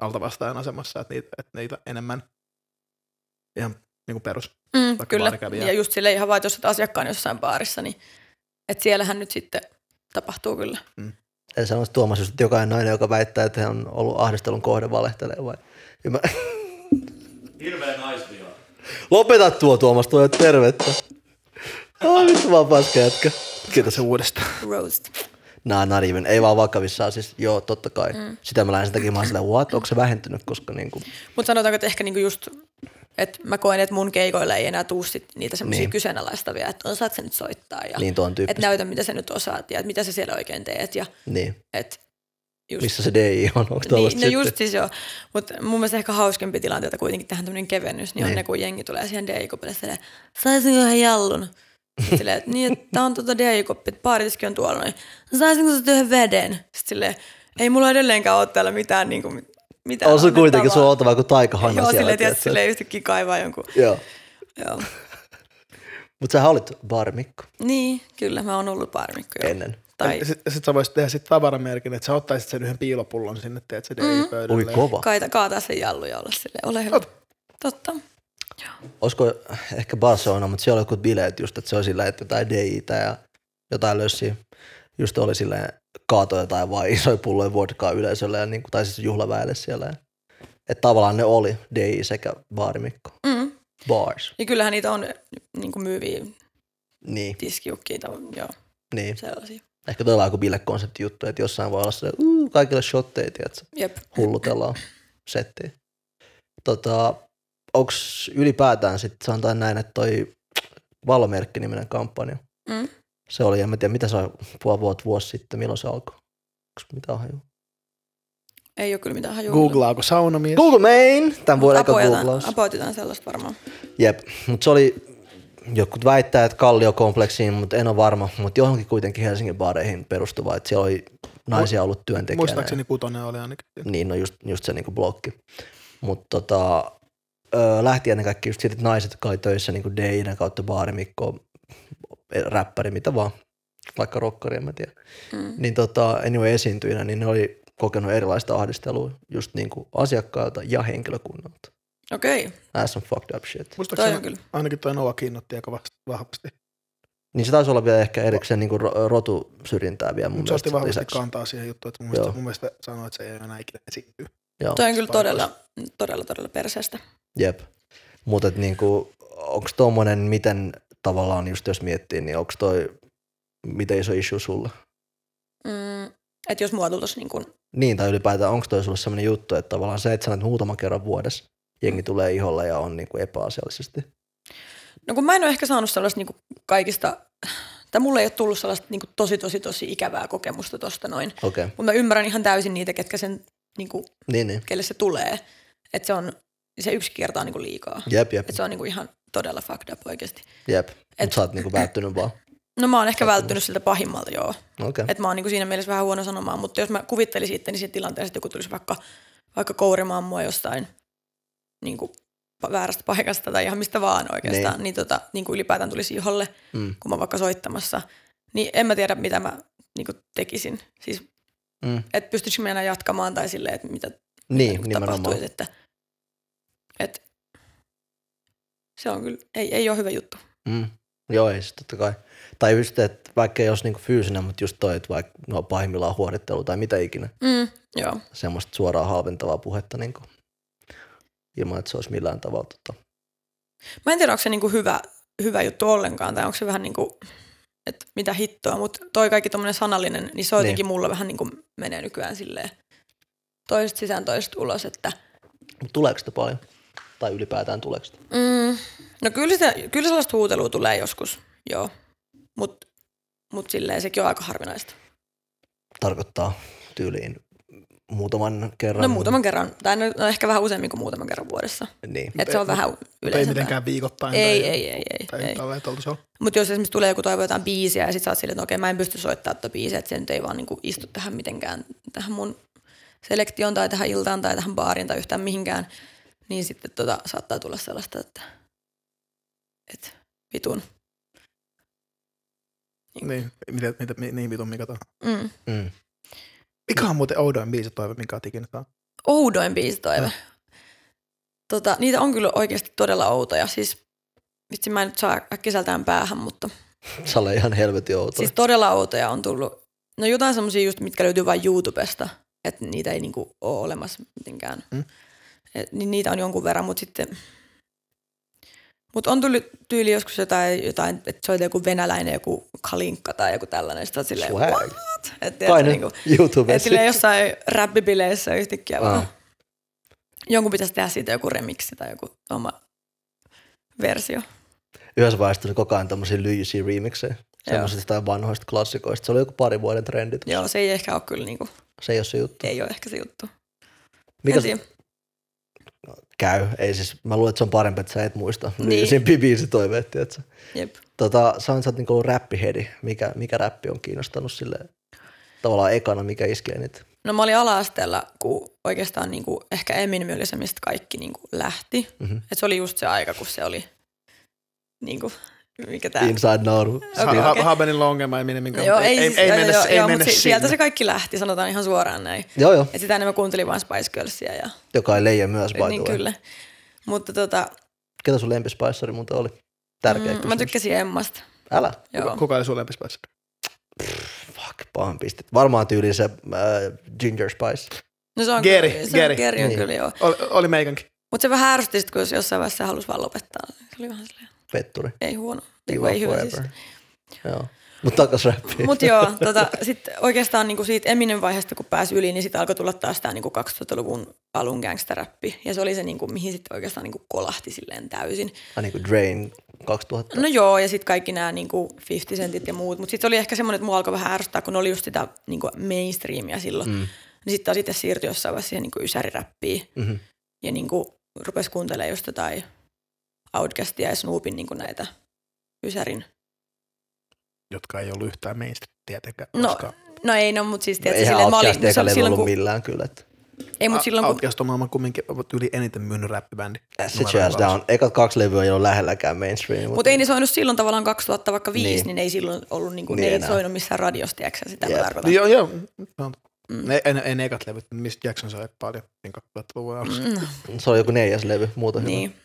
altavastaajan asemassa, että niitä, että niitä enemmän ihan niinku perus. Mm, Vaikka kyllä. baarikävijä. Ja just sille ihan vaan, että jos olet asiakkaan jossain baarissa, niin että siellähän nyt sitten tapahtuu kyllä. Eli sanoisi Tuomas, just, että jokainen nainen, joka väittää, että hän on ollut ahdistelun kohde, valehtelee vai? Ja mä... Hirveä naisviha. Lopeta tuo Tuomas, tuo ei ole tervettä. Ai vittu vaan paska jätkä. Kiitos. Se uudestaan. Roast. Nah, not even. Ei vaan vakavissaan siis. Joo, totta kai. Mm. Sitä mä lähden sen takia, mä oon sillä, what, onko se vähentynyt, koska niinku... Mutta sanotaanko, että ehkä niinku just, että mä koen, että mun keikoilla ei enää tuu sit niitä semmoisia niin. kyseenalaistavia, että osaat sä nyt soittaa ja Niin, tuon tyyppistä. että näytä, mitä sä nyt osaat ja että mitä sä siellä oikein teet ja Niin. että just. Missä se DI on? Onko Niin, tuollaista no sitten? just siis joo. Mutta mun mielestä ehkä hauskempi tilanteita kuitenkin tähän tämmöinen kevennys, niin, niin, on Niin. ne, kun jengi tulee siihen DJ-kopille silleen, saisinko yhden jallun? Sit Silleen, että niin, että tää on tota DJ-koppi, että baaritiskin on tuolla, niin saisinko sä yhden veden? Sitten silleen, ei mulla edelleenkään ole täällä mitään niinku, mit- mitään. On se kuitenkin, annettavaa." sun oltava kuin taikahanna Joo, siellä. silleen, tietysti, tiedätkö? silleen yhtäkkiä kaivaa jonkun. Joo. Joo. Mut sähän olit baarimikko Niin, kyllä, mä oon ollut baarmikko jo. ennen. Tai Sitten sit sä voisit tehdä sit tavaramerkin, että sä ottaisit sen yhden piilopullon sinne, teet se mm. pöydälle. Ui kova. kaita, kaataa sen jallu ja olla silleen, ole hyvä. Totta. Olisiko ehkä Barcelona, mutta siellä oli jotkut bileet just, että se oli sillä, että jotain DItä ja jotain löysiä. Just oli sillä kaato jotain vaan isoja pulloja vodkaa yleisölle ja niin, tai siis juhlaväelle siellä. Että tavallaan ne oli DI sekä baarimikko. Mm. Bars. Ja kyllähän niitä on niin kuin myyviä Niin, tiskiukkiin tai joo, niin. sellaisia. Ehkä toi on vähän kuin bilekonsepti juttu, että jossain voi olla sillä, uu, kaikille shotteja, tiedätkö? Jep. hullutellaan settiä. Tota, onks ylipäätään sitten, sanotaan näin, että toi Valomerkki-niminen kampanja, Mm. se oli, en mä tiedä, mitä se on, puoli vuotta, vuosi sitten, milloin se alkoi? Onks mitään hajua? Ei ole kyllä mitään hajua. Googlaako saunamies? Google main! Tämän vuoden eka Apoitetaan, googlaus. apoitetaan sellaista varmaan. Jep, mutta se oli, jotkut väittää, että Kalliokompleksiin, mutta en ole varma, mutta johonkin kuitenkin Helsingin baareihin perustuva, että siellä oli naisia ollut työntekijänä. Muistaakseni kutonen oli ainakin. Niin, no just, just se niinku blokki. Mutta tota, ö, lähti ennen kaikkea just siitä, että naiset, jotka oli töissä niinku DJ:nä kautta baarimikko, räppäri, mitä vaan, vaikka rokkari, en mä tiedä. Mm. Niin tota, anyway, esiintyjinä, niin ne oli kokenut erilaista ahdistelua just niinku asiakkailta ja henkilökunnalta. Okei, That's some fucked up shit. Toi Muistaakseni on kyllä. ainakin toi Noa kiinnotti aika vahvasti. vahvasti. Niin se taisi olla vielä ehkä erikseen niinku ro- rotusyrjintää vielä mun Mutta se otti mielestä vahvasti lisäksi. kantaa siihen juttuun, että mun Joo. mielestä, mun mielestä sanoi, että se ei enää ikinä esiintyy. Joo. toi on kyllä todella, todella, todella perseestä. Jep. Mutta niinku, onko tuommoinen, miten tavallaan just jos miettii, niin onko toi, miten iso issue sulla? Mm, että jos mua tultaisi niin kuin, Niin, tai ylipäätään onko toi sulle sellainen juttu, että tavallaan se, että sä näet muutaman kerran vuodessa, jengi tulee iholle ja on niinku epäasiallisesti. no kun mä en ole ehkä saanut sellaista niin kuin kaikista, tai mulle ei ole tullut sellaista niin kuin tosi, tosi, tosi ikävää kokemusta tosta noin. Okei, okay. Mutta mä ymmärrän ihan täysin niitä, ketkä sen, niin kuin, niin niin. kelle se tulee. Että se on, se yksi kerta on niin kuin liikaa. Jep, jep, Että se on niin kuin ihan todella fucked up oikeasti. jep. Et- Mut sä oot niinku välttynyt vaan. No mä oon ehkä välttynyt siltä pahimmalta, joo. Okei, okay. Et mä oon niinku siinä mielessä vähän huono sanomaan, mutta jos mä kuvittelisin itteni siinä tilanteessa, että joku tulisi vaikka, vaikka kourimaan mua jostain niinku, pa- väärästä paikasta tai ihan mistä vaan oikeastaan, Niin. niin, tota, niinku ylipäätään tulisi iholle, Mm. mm. kun mä oon vaikka soittamassa, niin en mä tiedä, mitä mä niinku, tekisin. Siis, Mm. mm. että pystyisikö mä enää jatkamaan tai silleen, että mitä niin, niinku, nimenomaan. tapahtui. Että, et, se on kyllä, ei, ei ole hyvä juttu. Mm. Joo, ei siis totta kai. Tai just, että vaikka jos niinku fyysinen, mutta just toi, että vaikka no pahimmillaan huodettelu tai mitä ikinä, Mm, joo. semmoista suoraan halventavaa puhetta niinku, ilman, että se olisi millään tavalla. Tota. Mä en tiedä, onko se niinku hyvä, hyvä juttu ollenkaan, tai onko se vähän niin kuin, että mitä hittoa, mutta toi kaikki tommonen sanallinen, niin se on Niin. jotenkin mulla vähän niin kuin menee nykyään silleen toiset sisään, toiset ulos, että Mut Tuleeko sitä paljon? Tai ylipäätään tuleeko sitä? mm, no kyllä, sitä, kyllä sellaista huutelua tulee joskus, joo, mutta mut silleen sekin on aika harvinaista. Tarkoittaa tyyliin muutaman kerran. Mm. No muutaman kerran, tai no, no ehkä vähän useammin kuin muutaman kerran vuodessa, Niin. että se on vähän Mutta ei yleisempää. mitenkään viikoittain. Ei, tai, ei, ei, ei, Tai ei. tälleen tolta se on. Mutta jos esimerkiksi tulee joku toivo jotain biisiä ja sit sä oot silleen, että okei mä en pysty soittamaan tuota biisiä, että se nyt ei vaan niinku istu tähän mitenkään, tähän mun selektioon tai tähän iltaan tai tähän baariin tai yhtään mihinkään, niin sitten tota, saattaa tulla sellaista, että et, vitun. Niin, mitä, mitä, mi- niin vitun mikä tämä. Mm. Mm. Mikä on muuten oudoin biisi toive, minkä oot ikinä saanut? Oudoin biisitoive. Tota, niitä on kyllä oikeasti todella outoja. Siis vitsi mä en nyt saa äkkiseltään päähän, mutta Sä olet ihan helvetin outo. Siis todella outoja on tullut. No jotain semmoisia just, mitkä löytyy vain YouTubesta, että niitä ei niinku ole olemassa mitenkään. Mm. Et, niin niitä on jonkun verran, mutta sitten... Mutta on tullut tyyli joskus jotain, jotain että soita joku venäläinen, joku kalinkka tai joku tällainen. Sitten silleen, Swag. what? Et, Kai tiedätkö, ne niinku, et YouTubessa. silleen jossain räppibileissä yhtäkkiä vaan. Ah. Jonkun pitäisi tehdä siitä joku remiksi tai joku oma versio. Yhdessä vaiheessa tuli koko ajan tämmöisiä lyijyisiä remixejä. Semmoisista tai vanhoista klassikoista. Se oli joku pari vuoden trendi. tuossa. Joo, se ei ehkä ole kyllä niinku, Se ei ole se juttu. ei ole ehkä se juttu. Mikä en se tiedä. käy? Ei siis, mä luulen, että se on parempi, että sä et muista. Niin. Lyijyisin biisi toiveet, tiedätkö? Jep. Tota, sä oot sä oot niinku ollut räppihedi. Mikä, mikä räppi on kiinnostanut sille tavallaan ekana, mikä iski eniten? No mä olin ala-asteella, kun oikeastaan niin kuin, ehkä Eminimyölissä, mistä kaikki niin kuin, lähti. Mhm. Et se oli just se aika, kun se oli, niin kuin, mikä tää... Inside Nauru. Okei, Ha- okei. ha- Habenilla on ongelma, ei mene minkään. Joo, mutta ei, siis- ei, ei, joo, mennä, joo, ei joo, mennä mut si- sieltä se sinne. kaikki lähti, sanotaan ihan suoraan näin. Joo joo, Et sitä ennen mä kuuntelin vain Spice Girlsia ja joka ei leijä myös, by niin the way. kyllä. Mutta tota, Ketä sun lempispiceri muuten oli? Tärkeä mm, kysymys. mä tykkäsin Emmasta. Älä. Joo. Kuka oli sun lempispäissä? Fuck, pahan pistit. Varmaan tyyli se äh, Ginger Spice. No se on, Geri, se on, Geri. Geri on Niin. kyllä, joo. Oli, oli meikänkin. Mutta se vähän ärsytti sit, kun jos jossain vaiheessa se halusi vaan lopettaa. niin Se oli vähän silleen, Petturi. ei huono. Ei, You are ei hyvä siis. forever. Joo. Mutta takas räppiin. Mutta joo, tota, sit oikeastaan niinku siitä Eminem vaiheesta, kun pääsi yli, niin sitten alkoi tulla taas tämä niinku 2000-luvun alun gangsteräppi. Ja se oli se, niinku, mihin sitten oikeastaan niinku kolahti silleen täysin. Ah, niin kuin Drain 2000. No joo, ja sitten kaikki nämä niinku 50 sentit ja muut. Mutta sitten oli ehkä semmoinen, että mua alkoi vähän ärsyttää, kun ne oli just sitä niinku mainstreamia silloin. Mm. Niin sitten taas itse siirtyi jossain vaiheessa siihen niinku ysäriräppiin. Mhm. Ja niinku rupesi kuuntelemaan just jotain Outcastia ja Snoopin niinku näitä ysärin. Jotka ei ollut yhtään mainstream tietenkään. No, No ei, no, mutta siis Eihän tietysti silleen, mä olin, Outcast eka se oli levy silloin, ollut kun, millään kyllä. Että. ei, mutta silloin, kun Outcast on maailman kumminkin yli eniten myynyt räppibändi. Se Numero Jazz kaksi. Down. Ekat kaksi levyä ei ole lähelläkään mainstreamia. Mutta ei ne soinut silloin tavallaan 2000 vaikka viisi, Niin. niin, niin ei silloin ollut, niin kuin, Niin ne ei enää. soinut missään radiossa, tiedätkö sä, sitä Jep. mä tarkoitan. Joo, joo. No, Mm. Ne, en, en ekat levyt, mistä Jackson sai paljon, niin 2000-luvun alussa. Mm, Se oli joku neljäs levy, muuta hyvä. Niin.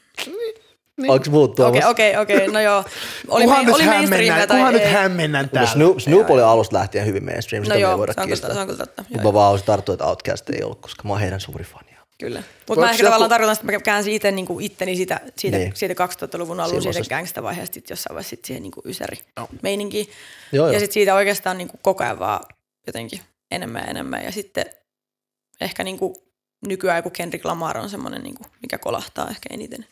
Onko muut Okei, tuomassa? okei, okei, no joo. Oli, Kuhan oli, nyt oli mainstreamia hämmennään, tai kuhan nyt ei. hämmennään Mutta täällä. Snoop, Snoop oli alusta lähtien hyvin mainstream, sitä niin No me ei joo, voida se on, kyllä, kiistää. Niin se on kyllä totta. Joo, Mutta mä vaan olisin tarttua, että Outcast ei ollut, koska mä oon heidän suuri fania. kyllä. Mutta mä ehkä joku- tavallaan tarkoitan, että mä käänsin itse niin kuin itteni sitä, siitä, Niin. siitä 2000-luvun alun, siitä Silloisesta. gangstavaiheesta sitten jossain vaiheessa sit siihen niin kuin ysäri Joo. meininkiin. Joo, joo. Ja sitten siitä oikeastaan niin kuin koko ajan vaan jotenkin enemmän ja enemmän. Ja sitten ehkä niin kuin nykyään, kun Kendrick Lamar on semmoinen, niin kuin, mikä kolahtaa ehkä eniten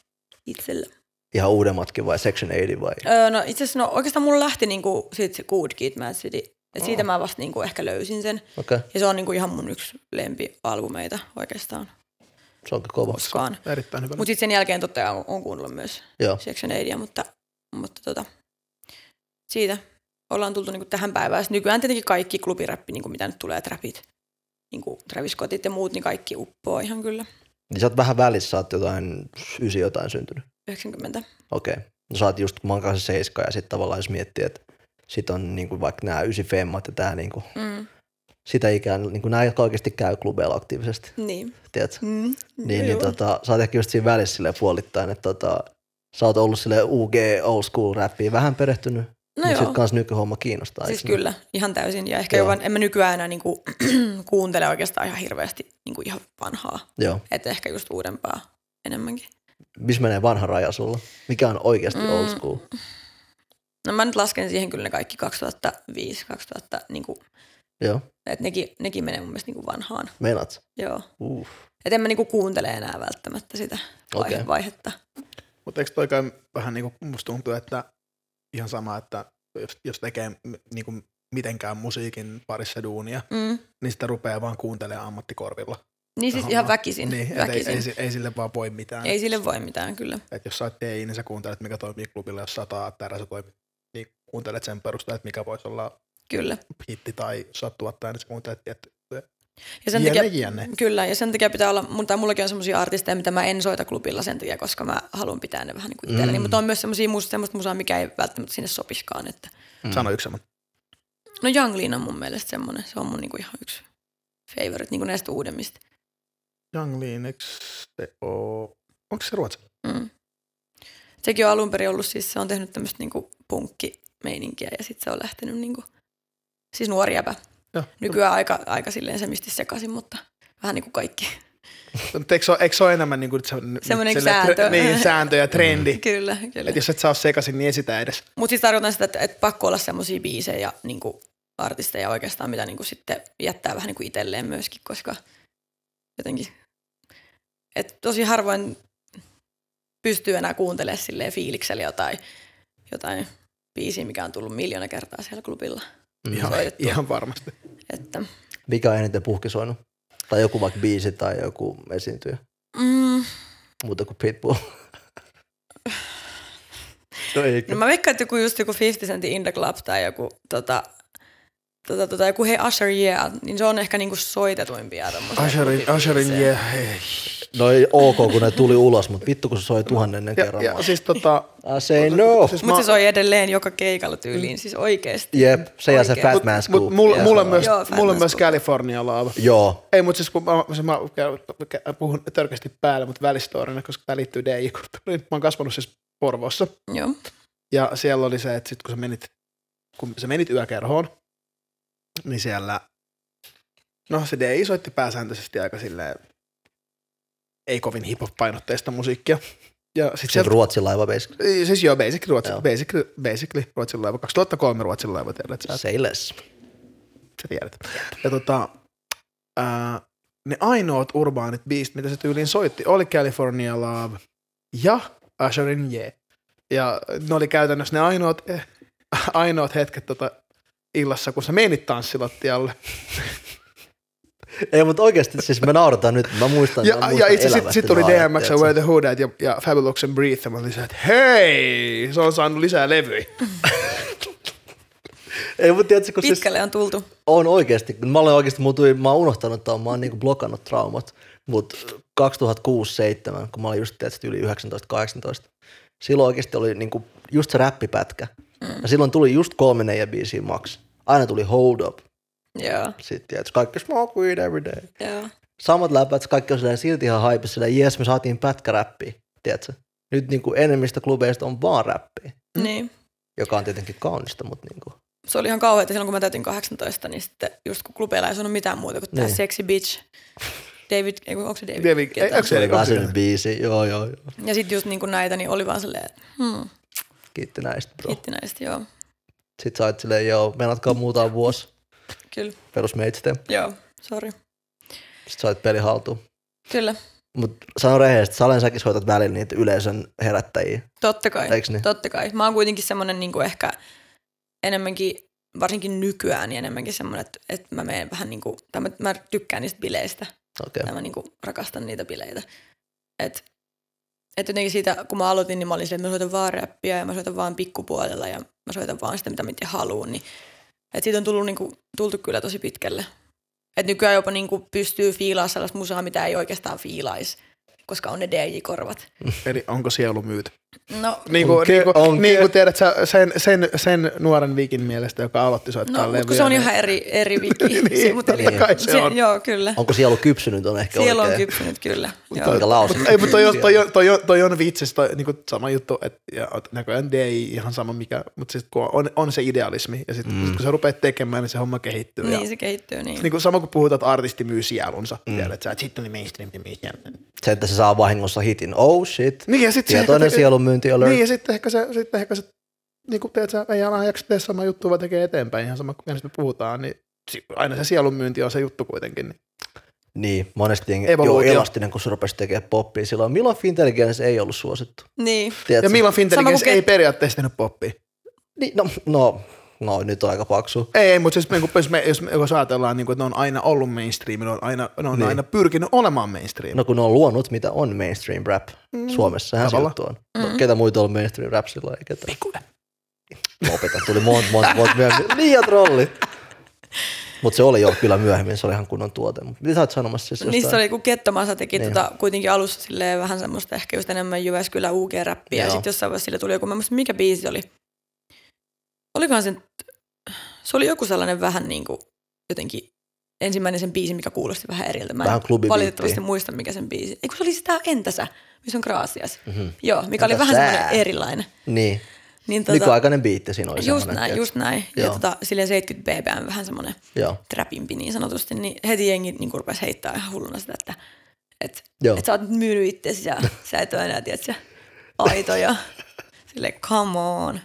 itsellä. Ihan uudemmatkin vai Section 80 vai? Öö, no itse asiassa no, oikeastaan mulla lähti niinku, siitä se Good Kid, Mad City. Oh. Et siitä mä vasta niinku, ehkä löysin sen. Okei, okay. Ja se on niinku, ihan mun yksi lempialbumeita oikeastaan se onkin kova. koskaan. Erittäin hyvä. Mutta sitten sen jälkeen totta kai on, on kuunnellut myös Joo. Section 8, mutta, mutta tota, siitä ollaan tultu niinku, tähän päivään. Sit nykyään tietenkin kaikki klubiräppi, niinku, mitä nyt tulee, trapit, niinku, Travis Scottit ja muut, niin kaikki uppoo ihan kyllä. Niin sä oot vähän välissä, sä oot jotain, ysi jotain syntynyt. 90. Okei. Okay. No sä oot just, kun mä oon kanssa seiska ja sitten tavallaan jos miettii, että sit on niinku vaikka nämä ysi femmat ja tää niinku, Mm, sitä ikään, niinku nää, jotka oikeasti käy klubeilla aktiivisesti, niin. tiedätkö? Mm, Niin, niin joo. tota, sä oot ehkä just siinä välissä sille puolittain, että tota, sä oot ollut sille UG old school rappiin vähän perehtynyt. No Sitten joo, kans nykyhomma kiinnostaa. siis eikö niin? kyllä, ihan täysin. Ja ehkä Joo. jopa, en mä nykyään enää niinku, kuuntele oikeastaan ihan hirveästi niinku ihan vanhaa. Joo. Et ehkä just uudempaa enemmänkin. Missä menee vanha raja sulla? Mikä on oikeasti mm. old school? No mä nyt lasken siihen kyllä ne kaikki 2005, 2000, niinku, Joo, että nekin, nekin menee mun mielestä niinku vanhaan. menat. Joo. Uh. Et en mä niinku kuuntele enää välttämättä sitä vaihe- Okei. vaihetta. Mutta eikö toi käy vähän niin kuin musta tuntuu, että ihan sama, että jos, jos tekee niin kuin mitenkään musiikin parissa duunia, Mm. niin sitä rupeaa vaan kuuntelemaan ammattikorvilla. Niin siis Homma. ihan väkisin. Niin, et ei, väkisin. ei, si- ei, sille vaan voi mitään. Ei sille voi mitään, kyllä. Et jos sä oot TI, niin sä kuuntelet, mikä toimii klubilla, jos sataa täällä sä toimit, niin kuuntelet sen perusteella, että mikä voisi olla Kyllä. hitti tai jos sä oot tuottaja, niin sä kuuntelet tietty. Ja sen Jänne, takia, jänne. kyllä, ja sen takia pitää olla, mun, tai mullakin on semmoisia artisteja, mitä mä en soita klubilla sen takia, koska mä haluan pitää ne vähän niin kuin itselleni. Mm. Mm. Mutta on myös semmoisia mus, semmoista musaa, mikä ei välttämättä sinne sopiskaan. Että. Mm. Sano yksi sama. No Young on mun mielestä semmoinen, se on mun niin kuin ihan yksi favorite niin kuin näistä uudemmista. Young Lean, eikö se oo... Onko se ruotsi? Mm. Sekin on alun perin ollut, siis se on tehnyt tämmöistä niin punkkimeininkiä ja sitten se on lähtenyt niin kuin, siis nuori jäbä. Joo. Nykyään aika, aika silleen semisti sekaisin, mutta vähän niin kuin kaikki. Mutta eikö se ole, eikö se ole enemmän niin kuin, se, nyt Semmoinen silleen sääntö. niin, sääntö ja trendi? Kyllä, kyllä. Et jos et saa sekaisin, niin esitä edes. Mutta siis tarkoitan sitä, että, että pakko olla semmoisia biisejä niin artisteja oikeastaan, mitä niin sitten jättää vähän niin itselleen myöskin, koska jotenkin, että tosi harvoin pystyy enää kuuntelemaan silleen fiiliksellä jotain, jotain biisiä, mikä on tullut miljoona kertaa siellä klubilla. Niin Ihan, Soitettu. ihan varmasti. Että, Mm. Mikä on eniten puhkisoinut? Tai joku vaikka biisi tai joku esiintyjä. mm, Muuta kuin Pitbull. no ei. no mä veikkaan, että joku just joku 50 Centin In The Club tai joku tota, tota, tota, joku Hey Usher Yeah, niin se on ehkä niinku soitetuimpia tommosia Asherin, Asherin, klubibiisejä. yeah. hei. No ei ok, kun ne tuli ulos, mutta vittu kun se soi tuhannen Ja, kerran. ja siis tota... I say no. Siis Mutta se soi edelleen joka keikalla tyyliin, siis oikeesti. Jep, se ja se Oikein. Fat Man Scoop. Mut mulla, Ja mulla, se- myös, Joo, Fat mulla Man myös Scoop. California Love. Joo, Ei, mutta siis kun mä, siis mä käyn- kä- puhun törkeästi päällä, mutta välistorina, koska tämä liittyy DJ-kulttuuriin. Mä oon kasvanut siis Porvoossa. Joo. Ja siellä oli se, että sit kun sä menit, kun sä menit yökerhoon, niin siellä, no se DJ soitti pääsääntöisesti aika silleen, ei kovin hip-hop-painotteista musiikkia. Ja sit se sieltä, Ruotsin laiva basically. siis joo, basic, ruotsi, Joo. Basically, basically Ruotsin laiva, 2003 Ruotsin laiva, tiedät sä, Say less. sä tiedät. Ja tota, ää, ne ainoat urbaanit biisit, mitä se tyyliin soitti, oli California Love ja Asherin Yeah. Ja ne oli käytännössä ne ainoat, eh, ainoat hetket tota illassa, kun sä menit tanssilattialle. Ei, mutta oikeasti siis me naurataan nyt. Mä muistan, Ja, mä muistan ja itse sitten elävästi sit tuli vaan, DMX ja tiedätkö? Where the Hood At ja, ja Fabulousen Breathe, ja mä olin se, että hei, se on saanut lisää levyjä. Ei, mutta tiedätkö, kun siis Pitkälle on tultu. on oikeasti, mä olen oikeasti, mut tuli, mä oon unohtanut tämän, mä oon niinku blokannut traumat, mutta 2006-2007, kun mä olin just tietysti yli 19-18, silloin oikeasti oli niinku just se räppipätkä. Mm. Ja silloin tuli just kolme neljä biisiä maks. Aina tuli Hold Up, Joo, Mm. sitten tietysti kaikki smoke weed every day. joo. samat läpät, kaikki on silleen silti ihan hype, silleen jes, me saatiin pätkäräppiä, tiedätkö? Nyt niin kuin enemmistö klubeista on vaan räppiä, Niin. joka on tietenkin kaunista, mutta niin kuin, Se oli ihan kauheata silloin, kun mä täytin 18, niin sitten just kun klubeilla ei sanonut mitään muuta kuin tämä Niin. sexy bitch. David, ei kun, onko se David? David- Guetta? ei, onko se niinku Eli vähän kaksi sellainen biisi, joo joo joo, Ja sitten just niin kuin näitä, niin oli vaan silleen, hmm, kiitti näistä bro. kiitti näistä, joo. Sitten sä oot silleen, joo, menatkaa muutama vuosi, Kyllä, perus meitsite, joo, sorry. sitten sait peli haltuun. Kyllä, Mutta sano rehellisesti, Salen säkin soitat välillä niitä yleisön herättäjiä, totta kai. eiks niin? Totta kai. Mä oon kuitenkin semmoinen niin ehkä enemmänkin, varsinkin nykyään, niin enemmänkin semmoinen, että, että mä menen vähän niin kuin, tai mä, mä tykkään niistä bileistä. Okei, ja mä niinku rakastan niitä bileitä. Et, et jotenkin siitä, kun mä aloitin, niin mä olin silleen, että mä soitan vaan räppiä ja mä soitan vaan pikkupuolella ja mä soitan vaan sitä, mitä mä itse haluan. Niin, et siitä on tullut niinku, tultu kyllä tosi pitkälle. Et nykyään jopa niinku pystyy fiilaa sellaista musaa, mitä ei oikeastaan fiilaisi koska on ne DJ-korvat. Eli onko sielu myyty? No, Niin kuin, Onke- niin onke- kuin, niin kuin tiedät sä, sen, sen, sen nuoren viikin mielestä, joka aloitti soittaa no levyä. mut kun se on niin- ihan eri, eri viki. Niin, totta eli- kai se on. Joo, kyllä. Onko sielu kypsynyt on ehkä Siellä on oikein. kypsynyt, kyllä. Joo. Aika lause. Mut Ei, mutta toi, on- toi, on- toi, on- toi on vitsi, siis toi, niin kuin sama juttu, että ja oot näköjään DI ihan sama mikä, mutta sitten kun on, on se idealismi, ja sitten mm. sit kun sä rupeat tekemään, niin se homma kehittyy. ja, Niin se kehittyy niin. niin kuin sama kuin puhutaan, että artisti myy sielunsa, mm. tiedät sä, että sitten oli mainstream, niin myy sielun. Se, että se saa vahingossa hitin. Oh shit. Niin ja sitten Tietoinen sielun myynti alert. Niin ja sitten ehkä se, sitten ehkä se niin kuin teet sä, ei aina jaksa tehdä sama juttu, vaan tekee eteenpäin, ihan sama kuin me puhutaan, niin si- aina se sielun myynti on se juttu kuitenkin. Niin. Niin, monesti jengi. Joo, Evoluutio. elastinen, kun se rupesi tekemään poppia silloin. Milloin Fintelligence ei ollut suosittu? Niin. Tiedätkö? Ja Milan Fintelligens kuin ei ket- periaatteessa tehnyt poppia. Niin, no, no, no, nyt on aika paksu. Ei, ei mutta siis, niinku, jos, me, jos, me, jos ajatellaan, niinku, että ne on aina ollut mainstream, ne on aina, ne on Niin. niin. aina pyrkinyt olemaan mainstream. No. No kun ne on luonut, mitä on mainstream rap mm. Suomessahan se tavallaan. juttu on. No, ketä muita on mainstream rap silloin? Ei ketä. Pikkunen. Lopeta, tuli monta, monta, monta myöhemmin. Liian trolli. Mutta se oli jo kyllä myöhemmin, se oli ihan kunnon tuote. Mut mitä sä oot sanomassa siis Niissä jostain? oli, kun Kettomasa teki Niin. niin. tota, kuitenkin alussa silleen vähän semmoista ehkä just enemmän Jyväskylä UG-räppiä. Ja Joo. sitten jossain vaiheessa sille tuli joku, mä en muista, mikä biisi se oli. Olikohan se, nyt- se oli joku sellainen vähän niin kuin jotenkin ensimmäinen sen biisi, mikä kuulosti vähän eriltä. Mä Vähän en klubibiittiä. valitettavasti muista, mikä sen biisi. Eikö se oli sitä Entäsä, missä on Graasias. Mhm. Joo, mikä oli Entäs vähän sä? semmoinen erilainen. Niin, Niin, tota, tota, nykyaikainen biitti siinä oli Just semmonen, näin, tiedät. just näin. Ja Joo. tota, silleen 70 BPM vähän semmoinen Joo. trapimpi niin sanotusti, niin heti jengi niin rupesi heittää ihan hulluna sitä, että et, Joo. et sä oot nyt myynyt itsesi ja sä et ole enää, tiedätkö, aito ja silleen come on.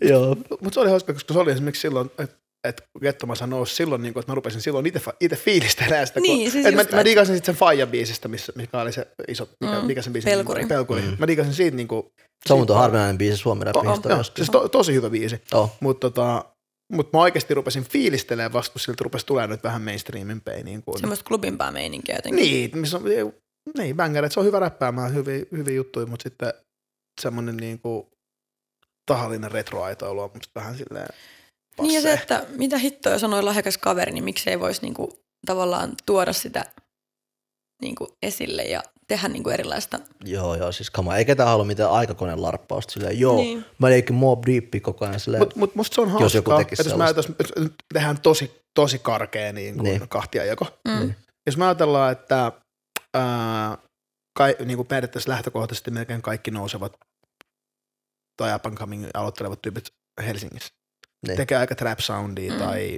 Joo. Mutta se oli hauska, koska se oli esimerkiksi silloin, että et, kun Gettomassa nousi silloin, niin kun, että mä rupesin silloin itse itse fiilistelemään sitä. Niin, kun, siis et mä, just mä näin. digasin sitten sen Faijan biisistä, missä, mikä oli se iso, mikä, mm, mikä sen biisi nimi Pelkuri. oli? Pelkuri. Mm. Mä digasin siitä niin kuin, Se on tuo harvinainen biisi Suomen Oh, to, rapin joo, historiasta. siis to, tosi hyvä biisi. Joo. Mutta tota, mut mä oikeasti rupesin fiilistelemään vasta, kun siltä rupesi tulemaan nyt vähän mainstreamimpää. Niin kuin, Semmoista klubimpaa meininkiä jotenkin. Niin, missä on, niin bängäret, se on hyvä räppäämään, hyviä, hyviä juttuja, mutta sitten semmoinen niin kuin tahallinen retroaitoilu on musta vähän silleen Niin ja se, passee. että mitä hittoa, jos on noin lahjakas kaveri, niin miksei voisi niinku, tavallaan tuoda sitä niinku, esille ja tehdä niinku, erilaista. Joo, joo, siis kama. Ei ketään halua mitään aikakone larppausta silleen, joo, niin. Niin. mä leikin mob deepi koko ajan silleen. Mut, mut musta se on hauskaa, joku tekisi että jos mä ajatellaan, että nyt tehdään tosi, tosi karkea niin kuin Niin. niin. kahtia joko. Mm. Jos mä ajatellaan, että ää, kai, niin kuin periaatteessa lähtökohtaisesti melkein kaikki nousevat tai up and coming aloittelevat tyypit Helsingissä. Niin. Niin. Tekee aika trap soundia Mm. mm. tai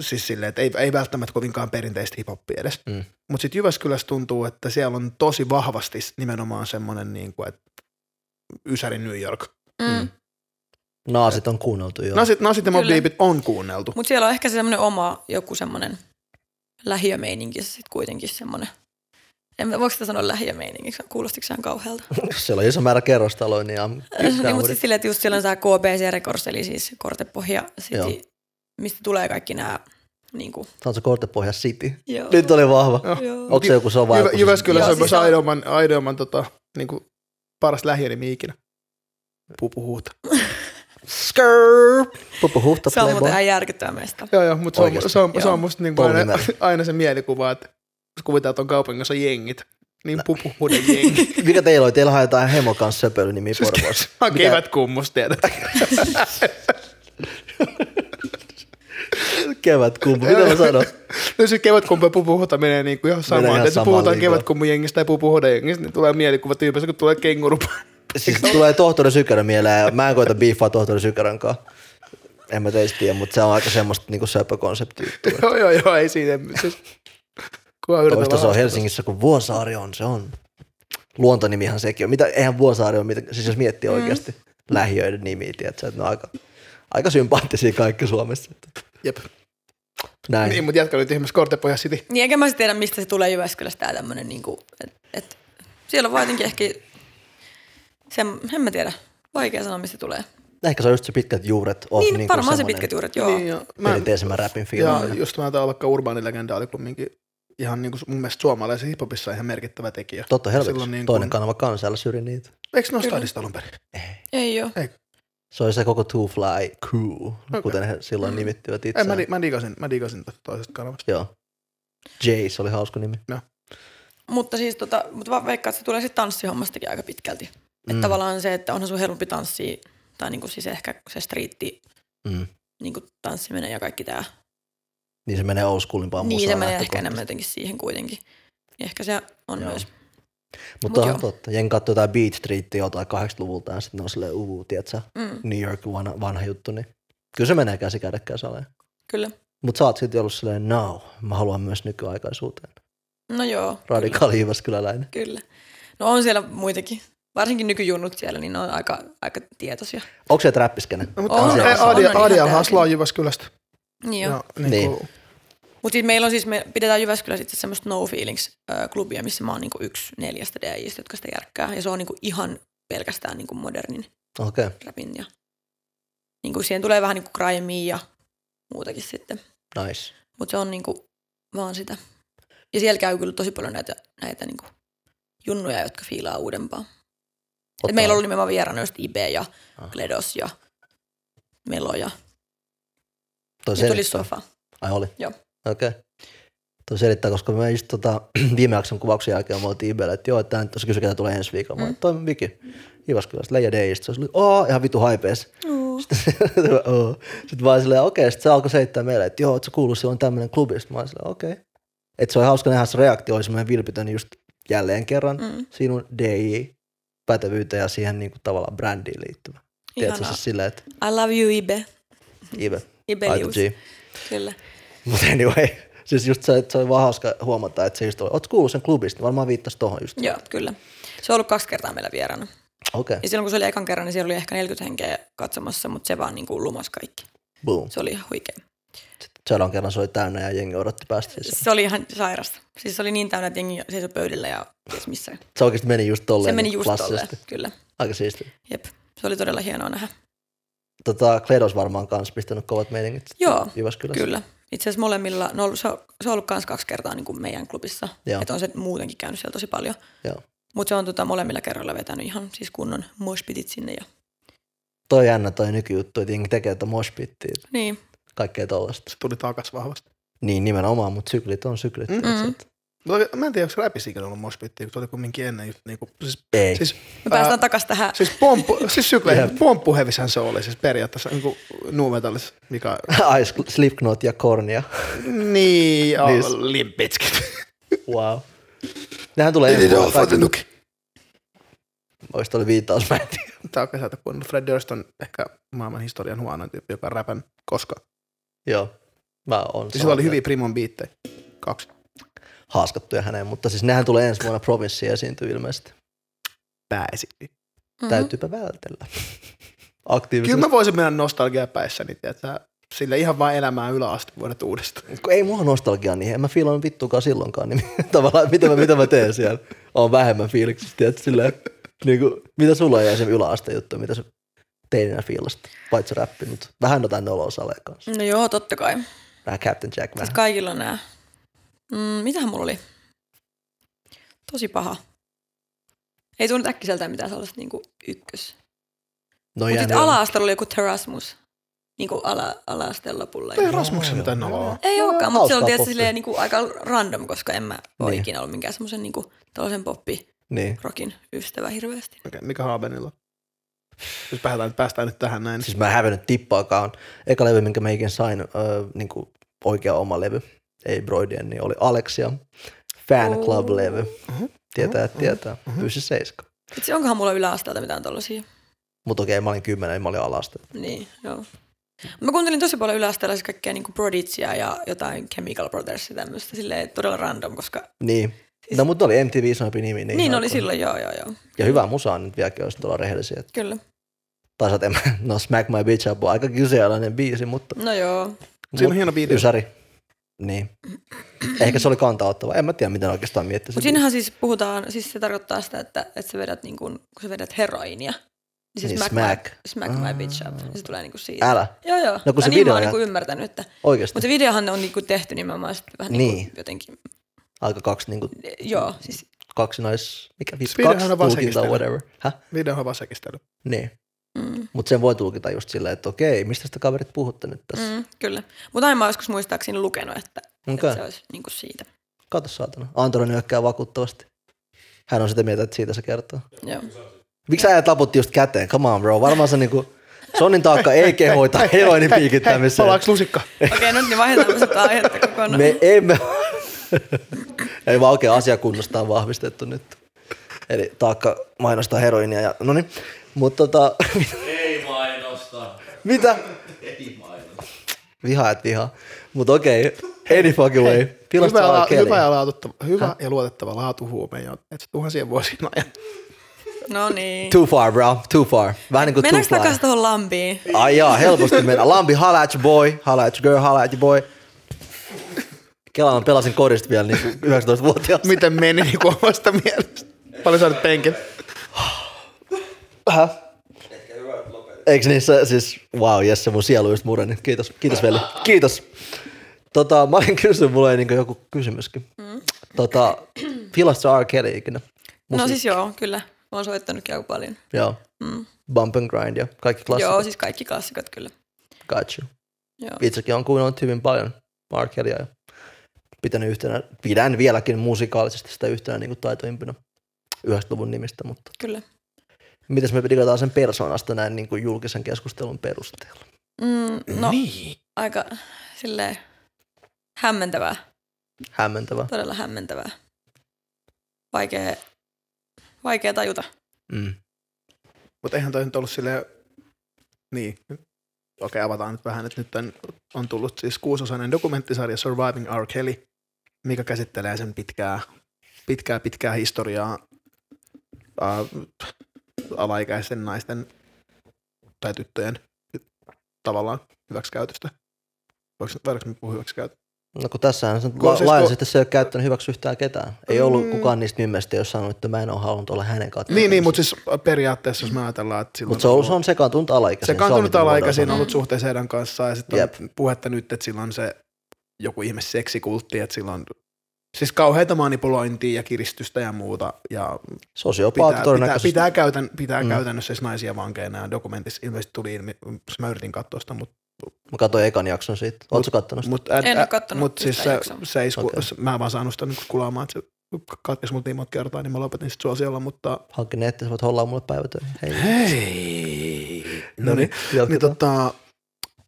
siis silleen, että ei, ei välttämättä kovinkaan perinteistä hiphoppia edes. Mm. Mutta sitten Jyväskylässä tuntuu, että siellä on tosi vahvasti nimenomaan semmoinen, niin kuin, että Ysäri New York. Mm. Naasit on kuunneltu, joo. Nasit, nasit ja Mobb Kyllä. Deepit on kuunneltu. Mutta siellä on ehkä se semmoinen oma joku semmoinen lähiömeininki sitten kuitenkin semmoinen. En mä, voiko sitä sanoa lähiömeiningiksi? Kuulostiko se ihan kauhealta? Siellä on iso määrä kerrostaloja, niin ihan niin, mutta siis silleen, että just siellä on tämä KBC Records, eli siis Kortepohja Joo. City, mistä tulee kaikki nämä, niin kuin, Tämä on se Kortepohja City. joo. Nyt oli vahva. joo. Onko se joku sova? Jyvä, Jyväskylässä Joo, on myös siis on- aidoimman, aidoimman tota, niin kuin paras niin lähiönimi ikinä. Pupuhuuta. Skrrr! Pupu huhta Se on muuten playboy. ihan järkyttävä mesta. Joo, joo, mutta se Oikeesti? on, se on, se Joo. on musta niin kuin aina, Polvimerkki. aina, se mielikuva, että jos kuvitaan, että on kaupungissa jengit, niin pupuhuuden jengi. Mikä teillä oli? Teillä on jotain hemo kanssa söpölynimi Porvoossa. On Mitä- Siis kevät kummus, tiedät. Kevät kumpu. Mitä mä sanon? No se kevätkumpu ja pupuhuta menee niin kuin ihan Menee ihan samaan. Että samaan jos puhutaan liigaan. kevätkummun jengistä ja pupuhuuden jengistä, niin tulee mielikuva tyypistä, kun tulee kenguru. Siis tulee tohtori Sykärä mieleen ja mä en koita biiffaa tohtori Sykärän kanssa. En mä teistä tiedä, mutta se on aika semmoista niinku söpökonsepti juttua. joo, joo, joo, ei siinä. Siis, kunhan yritetään Toista se on haastaa. Helsingissä, kun Vuosaari on, se on. Luontonimihan sekin on. Mitä, eihän Vuosaari ole, mitä, siis jos miettii mm. oikeasti lähiöiden nimiä, tiedätkö, että ne on aika, aika sympaattisia kaikki Suomessa. Jep. Näin. Niin, mutta jatka nyt ihmeessä Kortepoja City. Niin enkä mä sit tiedä, mistä se tulee Jyväskylästä tää tämmönen niinku, et, et, siellä on vaan jotenkin ehkä, sen, en mä tiedä, vaikea sanoa, mistä se tulee. Ehkä se on just se pitkät juuret. On Niin, niinku varmaan se semmoinen pitkät juuret, joo. Niin, ja mä, Perinteisemmän räpin ja fiilis. just mä tää vaikka urbaanilegenda oli kumminkin ihan niin kuin mun mielestä suomalaisen hiphopissa ihan merkittävä tekijä. Totta helvetissä. Silloin niin Toinen kuin- kanava kanssa, älä syrji niitä. Eikö ne ole stadista alun perin? Ei joo. Se oli se koko Two Fly Crew, okay. kuten he Mm. silloin nimittivät Ei, itseään. mä, di- mä digasin, mä digasin tosta toisesta kanavasta. Joo. Jace oli hauska nimi. Joo. Mutta siis tota, mutta vaan veikkaan, että se tulee sitten tanssihommastakin aika pitkälti. Mm. Että tavallaan se, että onhan sun helpompi tanssia, tai niinku siis ehkä se striitti, Mm. niinku tanssiminen ja kaikki tämä. Niin se menee old schoolimpaan Niin se musaan menee ehkä lähtökohtaisesti. enemmän jotenkin siihen kuitenkin. Ja ehkä se on Joo. Joo. myös. Mutta Mut on joo. totta. Jen katsoi jotain Beat Streetia jotain 80-luvulta ja sitten ne on silleen uu, tiedätkö, Mm, New York vanha, vanha juttu, niin kyllä se menee käsi kädekkäin saleen. kyllä. Mutta sä oot silti ollut silleen, no, mä haluan myös nykyaikaisuuteen. No joo. Kyllä. Radikaali Jyväskyläläinen. kyllä. No on siellä muitakin. Varsinkin nykyjunnut siellä, niin ne on aika, aika tietoisia. Onko se trappiskene? No, mutta On, on, on, ei, on, Adia, on ihan Adia tärkeä. haslaa Jyväskylästä. Niin joo. Ja, niin Niin. kuin, Mutta siis meillä on siis, me pidetään Jyväskylässä itse semmoista No Feelings-klubia, missä mä oon niinku yksi neljästä DJistä, jotka sitä järkkää. Ja se on niinku ihan pelkästään niinku modernin Okei. Okay. rapin. Ja niinku siihen tulee vähän niinku grimea ja muutakin sitten. Nice. Mutta se on niinku vaan sitä. Ja siellä käy kyllä tosi paljon näitä, näitä niinku junnuja, jotka fiilaa uudempaa. Et meillä on ollut nimenomaan vieraana just Ibe ja Ah. No Gledos ja Melo ja Toi nyt oli selittää. Sofa. Ai oli? Joo. Okei. Okay. Toi selittää, koska me just tota, viime jakson kuvauksen jälkeen me oltiin Ibelle, että joo, että nyt- se kysyi, ketä tulee ensi viikolla. Mä mm. toi Viki. Jyväskylästä, Leija Deistä. Se oli, oo, ihan vitu haipees. Sitten vaan silleen, okei, sitten se alkoi selittää meille, että joo, ootko kuullut silloin tämmöinen klubi? Sitten mä olin silleen, okei. Että se oli hauska nähdä se reaktio, oli semmoinen vilpitön just jälleen kerran Mm. sinun DJ-pätevyyteen ja siihen niin kuin, tavallaan brändiin liittyvä. Tiedätkö Ihanaa. siis silleen, että I love you Ibe. Ibe, Ibe Aito Lius. G. Kyllä. Mutta anyway, siis just se, että se oli vaan hauska huomata, että se just oli, ootko kuullut sen klubista? Varmaan viittasi tohon just. Joo, kyllä. Se on ollut kaksi kertaa meillä vieraana. Okei, okay. Ja silloin kun se oli ekan kerran, niin siellä oli ehkä 40 henkeä katsomassa, mutta se vaan niin kuin lumasi kaikki. boom. Se oli ihan huikea. Seuraavan kerran se oli täynnä ja jengi odotti päästä sisään. Se oli ihan sairasta. Siis se oli niin täynnä, että jengi seisoi pöydillä ja ties missä. Se oikeasti meni just tolleen. Se meni niin just tolleen, klassisesti. kyllä. Aika siisti. Jep. Se oli todella hienoa nähdä. Tota, Kledos varmaan kans pistänyt kovat meiningit. Joo, Jyväskylässä. Kyllä. Itse asiassa molemmilla, no, se, on, se on ollut kans kaksi kertaa niin kuin meidän klubissa. Joo. Että on se muutenkin käynyt siellä tosi paljon. Joo. Mutta se on tota, molemmilla kerroilla vetänyt ihan siis kunnon moshpitit sinne. Ja, Toi jännä toi nykyjuttu, että jengi tekee tuota moshpittiä, niin, kaikkea tollasta. se tuli takas vahvasti. Niin nimenomaan, mutta syklit on syklit. Mm. tiedätkö? Mm. Mutta mä en tiedä, onko räpissä ikinä ollut moshpittiä, kun se oli kumminkin ennen just niinku, siis, Ei. siis, me päästään ää, takaisin tähän. Siis, pomppu, siis sykleihin, Jep. pomppuhevishän se oli, siis periaatteessa niinku nuumetallis, mikä... Ice, Slipknot ja Kornia. Niin, ja Niin. limpitskit. Wow. Nehän tulee ensi vuonna. kaikki. nuki. Ois toi viittaus, mä en tiedä. Tää on kesältä kuunnellut. Fred Durst on ehkä maailman historian huonoin tyyppi, joka on räpän koskaan. Joo. Mä oon. Siis sillä oli hyviä Primon biittejä. Kaksi. haaskattuja häneen, mutta siis nehän tulee ensi vuonna provinssiin esiintyy ilmeisesti. Pääsi. Mhm. Täytyypä vältellä. Kyllä Aktiivisesti. mä voisin mennä nostalgia päissäni, tiedätkö? Sille ihan vaan elämää yläaste vuodet uudestaan. Kun ei mulla nostalgiaa niin en mä fiilan vittuakaan silloinkaan, niin tavallaan mitä mä, mitä mä teen siellä. On vähemmän fiiliksissä, tiedätkö, silleen, niin kuin, mitä sulla on esimerkiksi yläaste juttu, mitä sä teininä fiilasta, paitsi räppi, mutta vähän jotain noloa saleen kanssa. No joo, totta kai. Mm. Vähän Captain Jack, vähän. Sitten kaikilla on nää. Mm, mitähän mulla oli? Tosi paha. Ei tunnu äkkiseltään mitään sellaista niinku ykkös. No Mutta jäänyt sitten on. ala-asteella oli joku Terasmus. Niinku ala, ala-asteen lopulla. Ei Joku. Rasmuksen mitään noloa. Ei olekaan, mutta se hauskaa on tietysti poppia. silleen, niinku aika random, koska en mä ole Niin. ikinä ollut minkään semmoisen niinku, tällaisen poppirokin Niin. ystävä hirveästi. Okei, Mikä Haabenilla? Jos päästään, päästään nyt tähän näin. Siis mä en hävennyt tippaakaan. Eka levy, minkä mä ikin sain, öö, niin kuin oikea oma levy, ei Broidien, niin oli Alexia. Fan Club-levy. Tietää, Oh. mhm, tietää. Pyysi seiska. Itse onkohan mulla yläasteelta mitään tollasia? Mutta okei, mä olin kymmenen, mä olin alasta. Niin, joo. Mä kuuntelin tosi paljon yläasteella siis kaikkea niinku Prodigyä ja jotain Chemical Brothers ja tämmöistä, silleen todella random, koska Niin. No mutta oli MTV isompi nimi. Siis- niin, niin ihan oli no, kun- silloin, joo, joo, joo, Ja hyvää musaa nyt vieläkin, jos nyt ollaan rehellisiä. kyllä. Tai sä no Smack My Bitch Up on aika kyseenalainen biisi, mutta... No joo, Siinä on hieno biidi. Ysäri. Niin. Ehkä se oli kantaa ottava. En mä tiedä, miten oikeastaan miettisin. mutta siinähän siis puhutaan, siis se tarkoittaa sitä, että, että sä vedät niin kuin, kun sä vedät heroinia, niin se Niin, smack, smack. Ah. smack. My, smack my bitch up, niin se tulee niin kuin siitä. Älä. Joo, joo. No kun Tai se niin mä video oon ja- niin kuin ymmärtänyt, että... Oikeasti. Mutta se videohan on niin kuin tehty nimenomaan sit vähän niin. Niin. kuin jotenkin... Aika kaksi niinku Joo, siis kaksi nais... Mikä vittu? Speedyhän Kaksi on vaan tulkintaa, sekistely. whatever. Häh? Video on vasekistely. Niin. Mm. Mutta sen voi tulkita just silleen, että okei, mistä sitä kaverit puhutte nyt tässä? Mm, kyllä. Mutta aina mä oon joskus muistaakseni lukenut, että, Mm. että Okay. se olisi niin kuin siitä. Kato saatana. Antero nyökkää vakuuttavasti. Hän on sitä mieltä, että siitä se kertoo. Joo. Miksi äijä taputti just käteen? Come on bro. Varmaan se niinku... Sonnin taakka ei kehoita heroinin Niin piikittämiseen. Palaaks lusikka? Okei, nyt niin vaihdetaan sitä aihetta kokonaan. Me emme... ei vaan oikein asiakunnosta on vahvistettu nyt. Eli taakka mainostaa heroinia ja... No niin. Mutta tota... Ei mainosta. Mitä? Ei mainosta. Vihaa et vihaa. Mutta okei. Any fucking way. Pilasta Hyvä, vaan la, keli. hyvä, ja, laatuttava, hyvä ja luotettava laatuhuume, ja et tuhansien vuosien ajan. No niin. Too far bro. Too far. Vähän niin kuin too Mennäänkö far. takaisin tuohon lampiin? Ai jaa, helposti mennä. Lampi, holla at your boy, holla at your girl, holla at your boy. Kelaan pelasin korista vielä niin 19-vuotiaasta. Miten meni niin kuin omasta mielestä? Paljon sä olet penkillä? Häh? Eikö niin se, siis, wow, jes, se mun sielu just mureni. Kiitos, kiitos Veli. Kiitos. Tota, mä olin kysynyt, mulla ei niin joku kysymyskin. Tota, Philasta R. Kelly ikinä. No siis joo, kyllä. Olen soittanutkin aika paljon. Mm. Joo. Bump and grind ja kaikki klassikot. Joo, siis kaikki klassikot kyllä. Got you. Joo. Itsekin on kuunnellut hyvin paljon R. Kellya ja pitänyt yhtenä, pidän vieläkin musikaalisesti sitä yhtenä niin kuin taitoimpina 90-luvun nimistä, mutta Kyllä. mitäs me digataan sen persoonasta näin niin kuin julkisen keskustelun perusteella? Mm, no, Niin. aika silleen hämmentävää. Hämmentävä. Todella hämmentävää. Vaikea, vaikea tajuta. Mm. Mutta eihän toi nyt ollut silleen, niin, okei avataan nyt vähän, että nyt on, on tullut siis kuusosainen dokumenttisarja Surviving R. Kelly, mikä käsittelee sen pitkää, pitkää, pitkää historiaa äh, alaikäisten naisten tai tyttöjen tavallaan hyväksikäytöstä. Voiko, voidaanko me puhua hyväksikäytöstä? No kun tässähän sen Kun la- siis tuo- siis laillisesti se ei ole käyttänyt hyväksi yhtään ketään. Ei ollut Mm. kukaan niistä mimmeistä, jos sanonut, että mä en ole halunnut olla hänen katsomaan. Niin, niin, mutta siis periaatteessa jos me ajatellaan, että silloin... Mut se on, ollut- se on sekaantunut alaikäisiin. Se kantunut mitä me voidaan alaikäisiin sanoa. ollut suhteessa heidän kanssaan ja sitten Jep. on puhetta nyt, että sillä on se joku ihme seksikultti, että sillä on siis kauheita manipulointia ja kiristystä ja muuta. Ja Sosiopaatit pitää, pitää, todennäköisesti. pitää, käytän, pitää Mm. mm. käytännössä siis naisia vankeina ja dokumentissa ilmeisesti tuli ilmi, jos mä yritin katsoa sitä, mutta Mä katsoin ekan jakson siitä. Ootko kattonut sitä? mut, En oo kattonut mut siis yhtään se, jaksoa. se isku, Okei. okay. mä en vaan saanut sitä niinku kulaamaan, että se katkesi mut niin monta kertaa, niin mä lopetin sit suosiolla, mutta Hankin netti, sä voit hollaa mulle päivätöihin. Hei. hei, no niin, niin jatketaan. tota,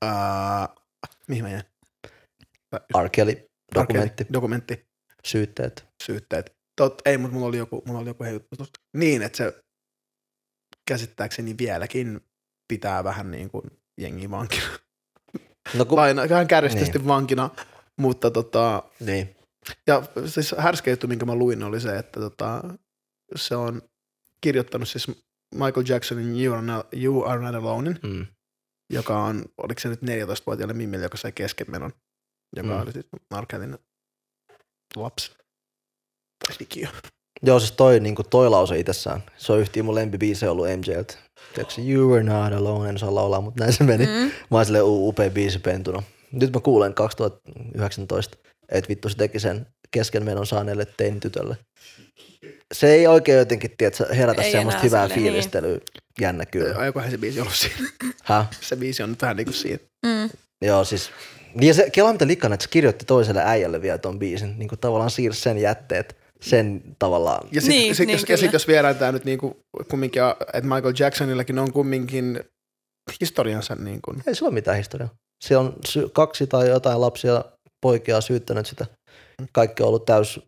ää, mihin mä jäin? R. Kelly, dokumentti, Arkeli, dokumentti, syytteet. syytteet. Tot, ei, mutta mulla oli joku, mulla oli joku hei juttu tosta. Niin, että se käsittääkseni vieläkin pitää vähän niin kuin jengi vankina. No kun, Laina, vähän kärjestetysti niin. vankina, mutta tota, niin. ja siis härskä juttu, minkä mä luin, oli se, että tota, se on kirjoittanut siis Michael Jacksonin You Are Not, you Are Not Alone, Mm. joka on, oliko se nyt 14-vuotiaalle mimmille, joka sai keskenmenon, joka Mm. mm. oli siis Markelin lapsi. Tai Digiö. Joo, siis toi, niin toi lause itsessään. Se on yhtiä mun lempibiise ollut MJltä. Tiedätkö, you were not alone, en osaa laulaa, mutta näin se meni. Mm. Mm. Mä oon silleen "Uu, upea biisi pentuna. Nyt mä kuulen 2019, että vittu se teki sen keskenmenon saaneelle teinitytölle. Se ei oikein jotenkin tiedätkö, herätä Ei semmoista enää hyvää silleen, niin. fiilistelyä. Niin. Jännä kyllä. Aikohan se biisi ollut siinä. Häh? Se biisi on nyt vähän niin kuin siinä. Mm. Joo, siis... Niin ja se Kela mitä likkana, että se kirjoitti toiselle äijälle vielä ton biisin. Niin kuin tavallaan siirsi sen jätteet sen tavallaan. Ja sitten Niin, niin, sit, niin, jos, kyllä. ja sit, jos viedään tämä nyt niin kuin kumminkin, että Michael Jacksonillakin on kumminkin historiansa niin kuin. Ei sillä ole mitään historiaa. Se on sy- kaksi tai jotain lapsia, poikia syyttänyt sitä. Kaikki on ollut täys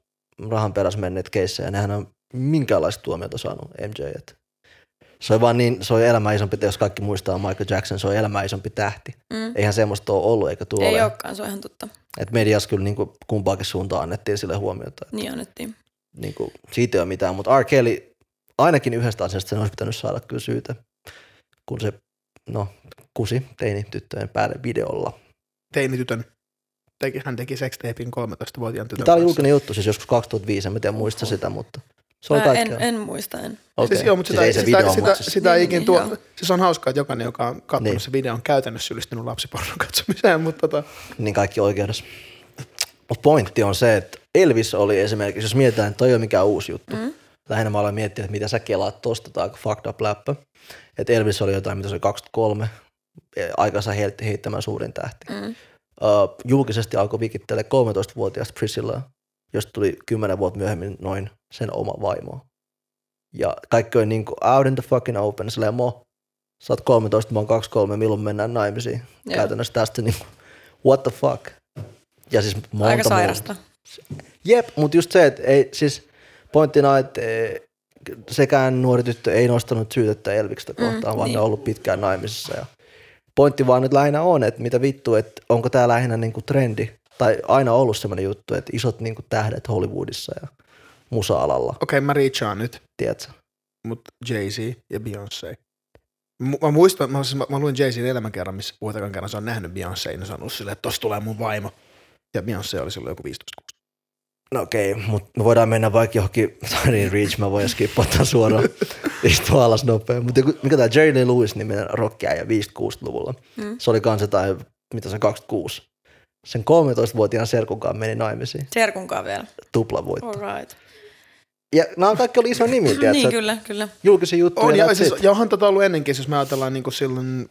rahan perässä menneet keissejä. Nehän on minkäänlaista tuomiota saanut MJ. et. Se on vaan niin, se on elämä isompi, jos kaikki muistaa Michael Jackson, se on elämä isompi tähti. Mm. Eihän semmoista ole ollut eikä tule Ei ole. olekaan, se on ihan totta. Et mediassa kyllä niin kuin kumpaakin suuntaan annettiin sille huomiota. Et Niin annettiin. niin kuin, siitä ei ole mitään, mutta R. Kelly, ainakin yhdestä asiasta sen olisi pitänyt saada kyllä syytä, kun se no, kusi teini tyttöjen päälle videolla. Teinitytön, teki, hän teki sextapin 13-vuotiaan tytön Tämä oli kanssa. julkinen juttu, siis joskus 2005, en mä tiedä muista sitä, mutta se oli Mä en, kaikkea. en muista, en. Okei. Siis joo, mutta sitä, ei se sitä, video, sitä, sitä, mutta sitä, siis- sitä Niin, ei niin, ikin joo. tuo. Siis on hauskaa, että jokainen, joka on katsonut Niin. niin. se video, on käytännössä syyllistynyt lapsipornon katsomiseen, mutta tota, niin kaikki oikeudessa. Mutta pointti on se, että Elvis oli esimerkiksi, jos mietitään, että toi ei ole mikään uusi juttu. Mm. Lähinnä mä aloin miettiä, että mitä sä kelaat tosta, tai aika fucked up läppä. Että Elvis oli jotain, mitä se oli 23, eh, aikansa heitti heittämään suurin tähti. Mm. Mm. Uh, julkisesti alkoi vikittele 13-vuotiaasta Priscilla josta tuli kymmenen vuotta myöhemmin noin sen oma vaimo. Ja kaikki on niin kuin out in the fucking open, silleen mo, sä oot 13, mä oon 23, milloin mennään naimisiin. Joo. Käytännössä tästä niin kuin, what the fuck. Ja siis monta Aika muuta. sairasta. Jep, mutta just se, että ei, siis pointtina, että eh, sekään nuori tyttö ei nostanut syytettä Elvikstä kohtaan, mm, vaan niin. niin. ne on ollut pitkään naimisissa. Ja pointti vaan nyt lähinnä on, että mitä vittu, että onko tämä lähinnä niinku trendi, tai aina ollut semmoinen juttu, että isot niinku tähdet Hollywoodissa ja musa-alalla, Okei, mä reachaan nyt, tiedätkö? mutta Jay-Z ja Beyoncé. Mu- Mä muistan, mä, siis mä, mä luin Jay-Zin elämänkerran, missä puhutaan kerran se on nähnyt Beyoncé, ja se on ollut silleen, että tossa tulee mun vaimo. Ja Beyoncé oli silloin joku 15 No okei, okay, mutta me voidaan mennä vaikka johonkin, sorry Reach, mä voin skippaa tämän suoraan, istua alas nopea. Mutta mikä tämä Jerry Lee Lewis niminen rockiäijä 50-60-luvulla, mm. se oli kanssa tai mitä se 26. Sen 13-vuotiaan serkunkaan meni naimisiin, Serkunkaan vielä. tuplavoitto. All right. Ja nämä kaikki oli iso nimi, tiedätkö? Niin, kyllä, kyllä. Julkisia juttuja, On, ja, that's siis, it. ja onhan tota ollut ennenkin, siis jos me ajatellaan niin kuin silloin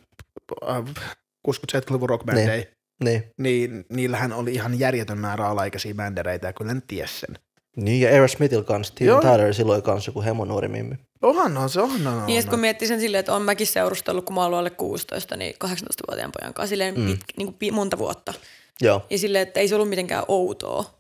äh, 60-70-luvun rockbändejä, niin. Niin. niin niillähän oli ihan järjetön määrä alaikäisiä bändereitä, ja kyllä ne ties sen. niin, ja Aerosmithilla kanssa, Steven Joo. Tyler silloin kanssa joku hemo nuori mimmi. Onhan on se, onhan on. Niin, ja sit kun miettii sen silleen, että on mäkin seurustellut, kun mä oon ollut alle 16, niin 18-vuotiaan pojan kanssa, silleen mm. pit, niin kuin pi, monta vuotta. Joo, Ja silleen, että ei se ollut mitenkään outoa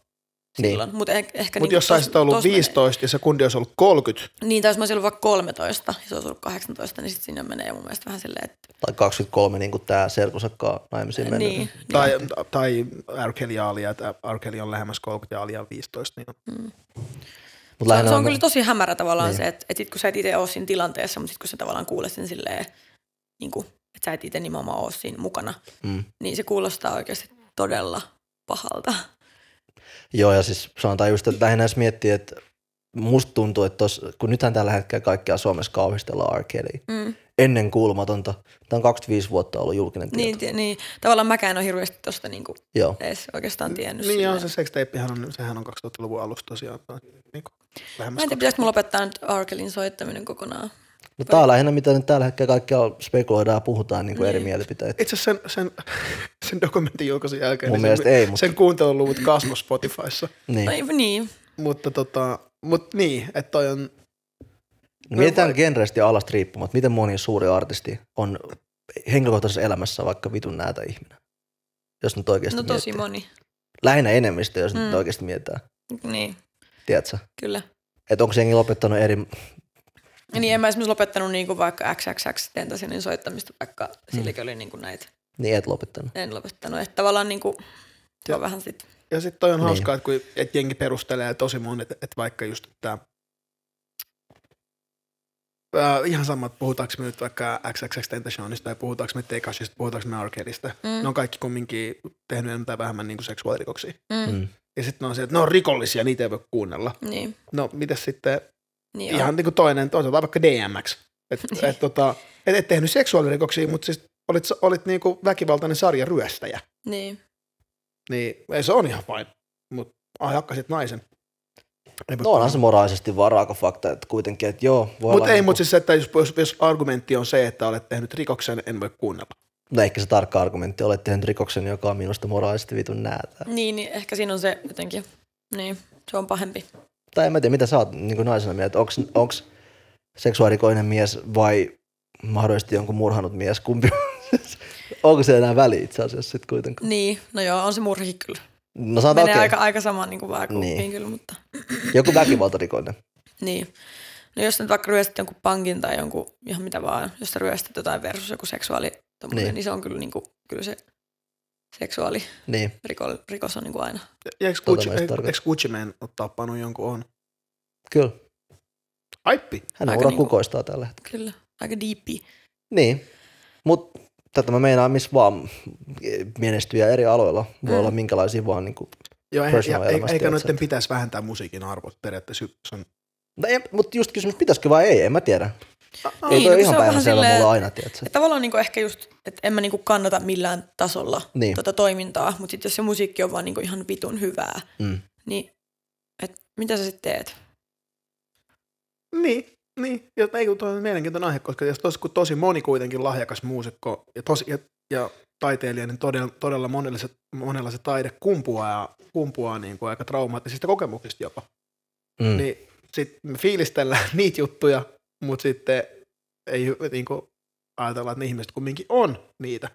Niin. silloin. Mutta eh, ehkä Mutta niinku jos tos- saisit ollut tos menee. 15 ja se kundi olisi ollut 30, Niin, tai jos mä olisin ollut vaikka 13 ja se olisi ollut 18, niin sitten sinne menee mun mielestä vähän silleen, että tai 23, niin kuin tämä serkusakkaa naimisiin mennyt. niin. tai, tai R. Kelly Aalia, että R. Kelly on lähemmäs 30 ja Aalia on 15, niin on. Mut Se lähinnä on, se on on- kyllä tosi hämärä tavallaan niin. se, että, että sit kun sä et itse ole siinä tilanteessa, mutta sitten kun sä tavallaan kuulet sen silleen, niin kuin, että sä et itse nimenomaan ole siinä mukana, Mm. niin se kuulostaa oikeasti todella pahalta. Joo, ja siis sanotaan just, että lähinnä jos miettii, että musta tuntuu, että tos, kun nythän tällä hetkellä kaikkea Suomessa kauhistellaan R. Kellyä. Mm. Ennen kuulumatonta. Tämä on 25 vuotta ollut julkinen tieto. Niin, ti- niin, tavallaan mäkään on hirveästi tosta niin kuin Joo. edes oikeastaan tiennyt. Niin on se silleen. sextapehan on, sehän on 2000-luvun alussa tosiaan. tai Niin kuin, Mä lähemmäs en 20. tiedä, pitäisikö mulla lopettaa nyt Arkelin soittaminen kokonaan. No, tämä on lähinnä, mitä nyt tällä hetkellä kaikkea spekuloidaan ja puhutaan niin kuin eri Niin. mielipiteitä. Itse asiassa sen, sen, sen dokumentin julkaisun jälkeen Mun niin mielestä sen, ei, mutta- sen kuunteluluvut kasvoi Spotifyssa. Niin. Ei, niin, Mutta tota, mut niin, että toi on, Mietitään genreistä ja alasta riippumatta, miten moni suuri artisti on henkilökohtaisessa elämässä vaikka vitun näätä ihminen. Jos nyt oikeasti no tosi miettii. moni. Lähinnä enemmistö, jos mm. nyt Mm. oikeasti mietitään. Niin, Tiedätkö? kyllä. Että onko se jengi lopettanut eri... Ja niin en mä esimerkiksi lopettanut niinku vaikka XXX Tentacionin soittamista, vaikka Mm. silläkin oli niinku näitä. Niin et lopettanut. En lopettanut. Että tavallaan niinku, se on vähän sit, ja sitten toi on Niin. hauskaa, että kun et jengi perustelee tosi moni, että et vaikka just tämä Äh, ihan sama, että puhutaanko me nyt vaikka XXX Tentacionista tai puhutaanko me Tekasista, puhutaanko me Arcadeista. Mm. No, Ne on kaikki kumminkin tehnyt enemmän tai vähemmän niin seksuaalirikoksia. Mm. Mm. Ja sitten ne on se, että ne on rikollisia, niitä ei voi kuunnella. niin, No, mitäs sitten niin Joo. ihan niin kuin toinen, toisaalta vaikka DMX. Et, et, tota, et, et tehnyt seksuaalirikoksia, mutta siis olit, olit niin kuin väkivaltainen sarjaryöstäjä. On. Niin. Niin ei se on ihan vain, mutta ah, hakkasit naisen. Ei voi No onhan kuulla. se moraalisesti vaan raaka fakta, että kuitenkin, että joo, voi Mutta ei, niinku- mutta siis se, että jos, jos, jos, argumentti on se, että olet tehnyt rikoksen, en voi kuunnella. No ehkä se tarkka argumentti, olet tehnyt rikoksen, joka on minusta moraalisesti vitun näätä. niin, niin ehkä siinä on se jotenkin, niin, se on pahempi. Tai en mä tiedä, mitä sä oot niin naisena mieltä, onks, onks seksuaalirikoinen mies vai mahdollisesti jonkun murhanut mies, kumpi on? Onko se enää väli itse asiassa sitten kuitenkaan? Niin, no joo, on se murhikin kyllä. No sanotaan Menee okei, aika, aika samaan niin vaakulupiin Niin. niin. kyllä, mutta joku väkivaltarikoinen. niin. No jos nyt vaikka ryöstät jonkun pankin tai jonkun ihan mitä vaan, jos sä ryöstät jotain versus joku seksuaali, tommonen, Niin. niin. niin. se on kyllä, niin kuin, kyllä se seksuaalirikos Niin, rikos on niin kuin aina. Ja eikö Tota Gucci, mä just tarkoitan. eikö Gucci Mane ole tappanut jonkun on? kyllä. Aippi. Hän Aika ura niinku- kukoistaa tällä hetkellä. Kyllä, aika diippi. Niin, mutta tätä mä meinaan, missä vaan eh, menestyjä eri aloilla voi Mm. olla minkälaisia vaan niin kuin Joo, eihän- ja, Personal e, elämästä eikä tiedät sä, noiden että- pitäisi vähentää musiikin arvot periaatteessa. jos on- No ei, mutta just kysymys, pitäisikö vai ei, en mä tiedä. Niin, ei no kun toi ihan se on vähän päivänselvä silleen- mulla aina, tiedätkö? Ja tavallaan niin ehkä just, että en mä niin kannata millään tasolla Niin. niin. tota toimintaa, mutta sitten jos se musiikki on vaan niin ihan vitun hyvää, Mm. niin et mitä sä sitten teet? Niin, niin. Ja ei kun toi on mielenkiintoinen aihe, koska jos tos, kun tosi moni kuitenkin lahjakas muusikko ja, tosi, ja, ja taiteilija, niin todella, todella monella, se, monella se taide kumpuaa, kumpuaa niin kuin aika traumaattisista kokemuksista jopa. Mm. Niin sitten me fiilistellään niitä juttuja, mutta sitten ei niin kuin ajatella, että ne ihmiset kumminkin on niitä.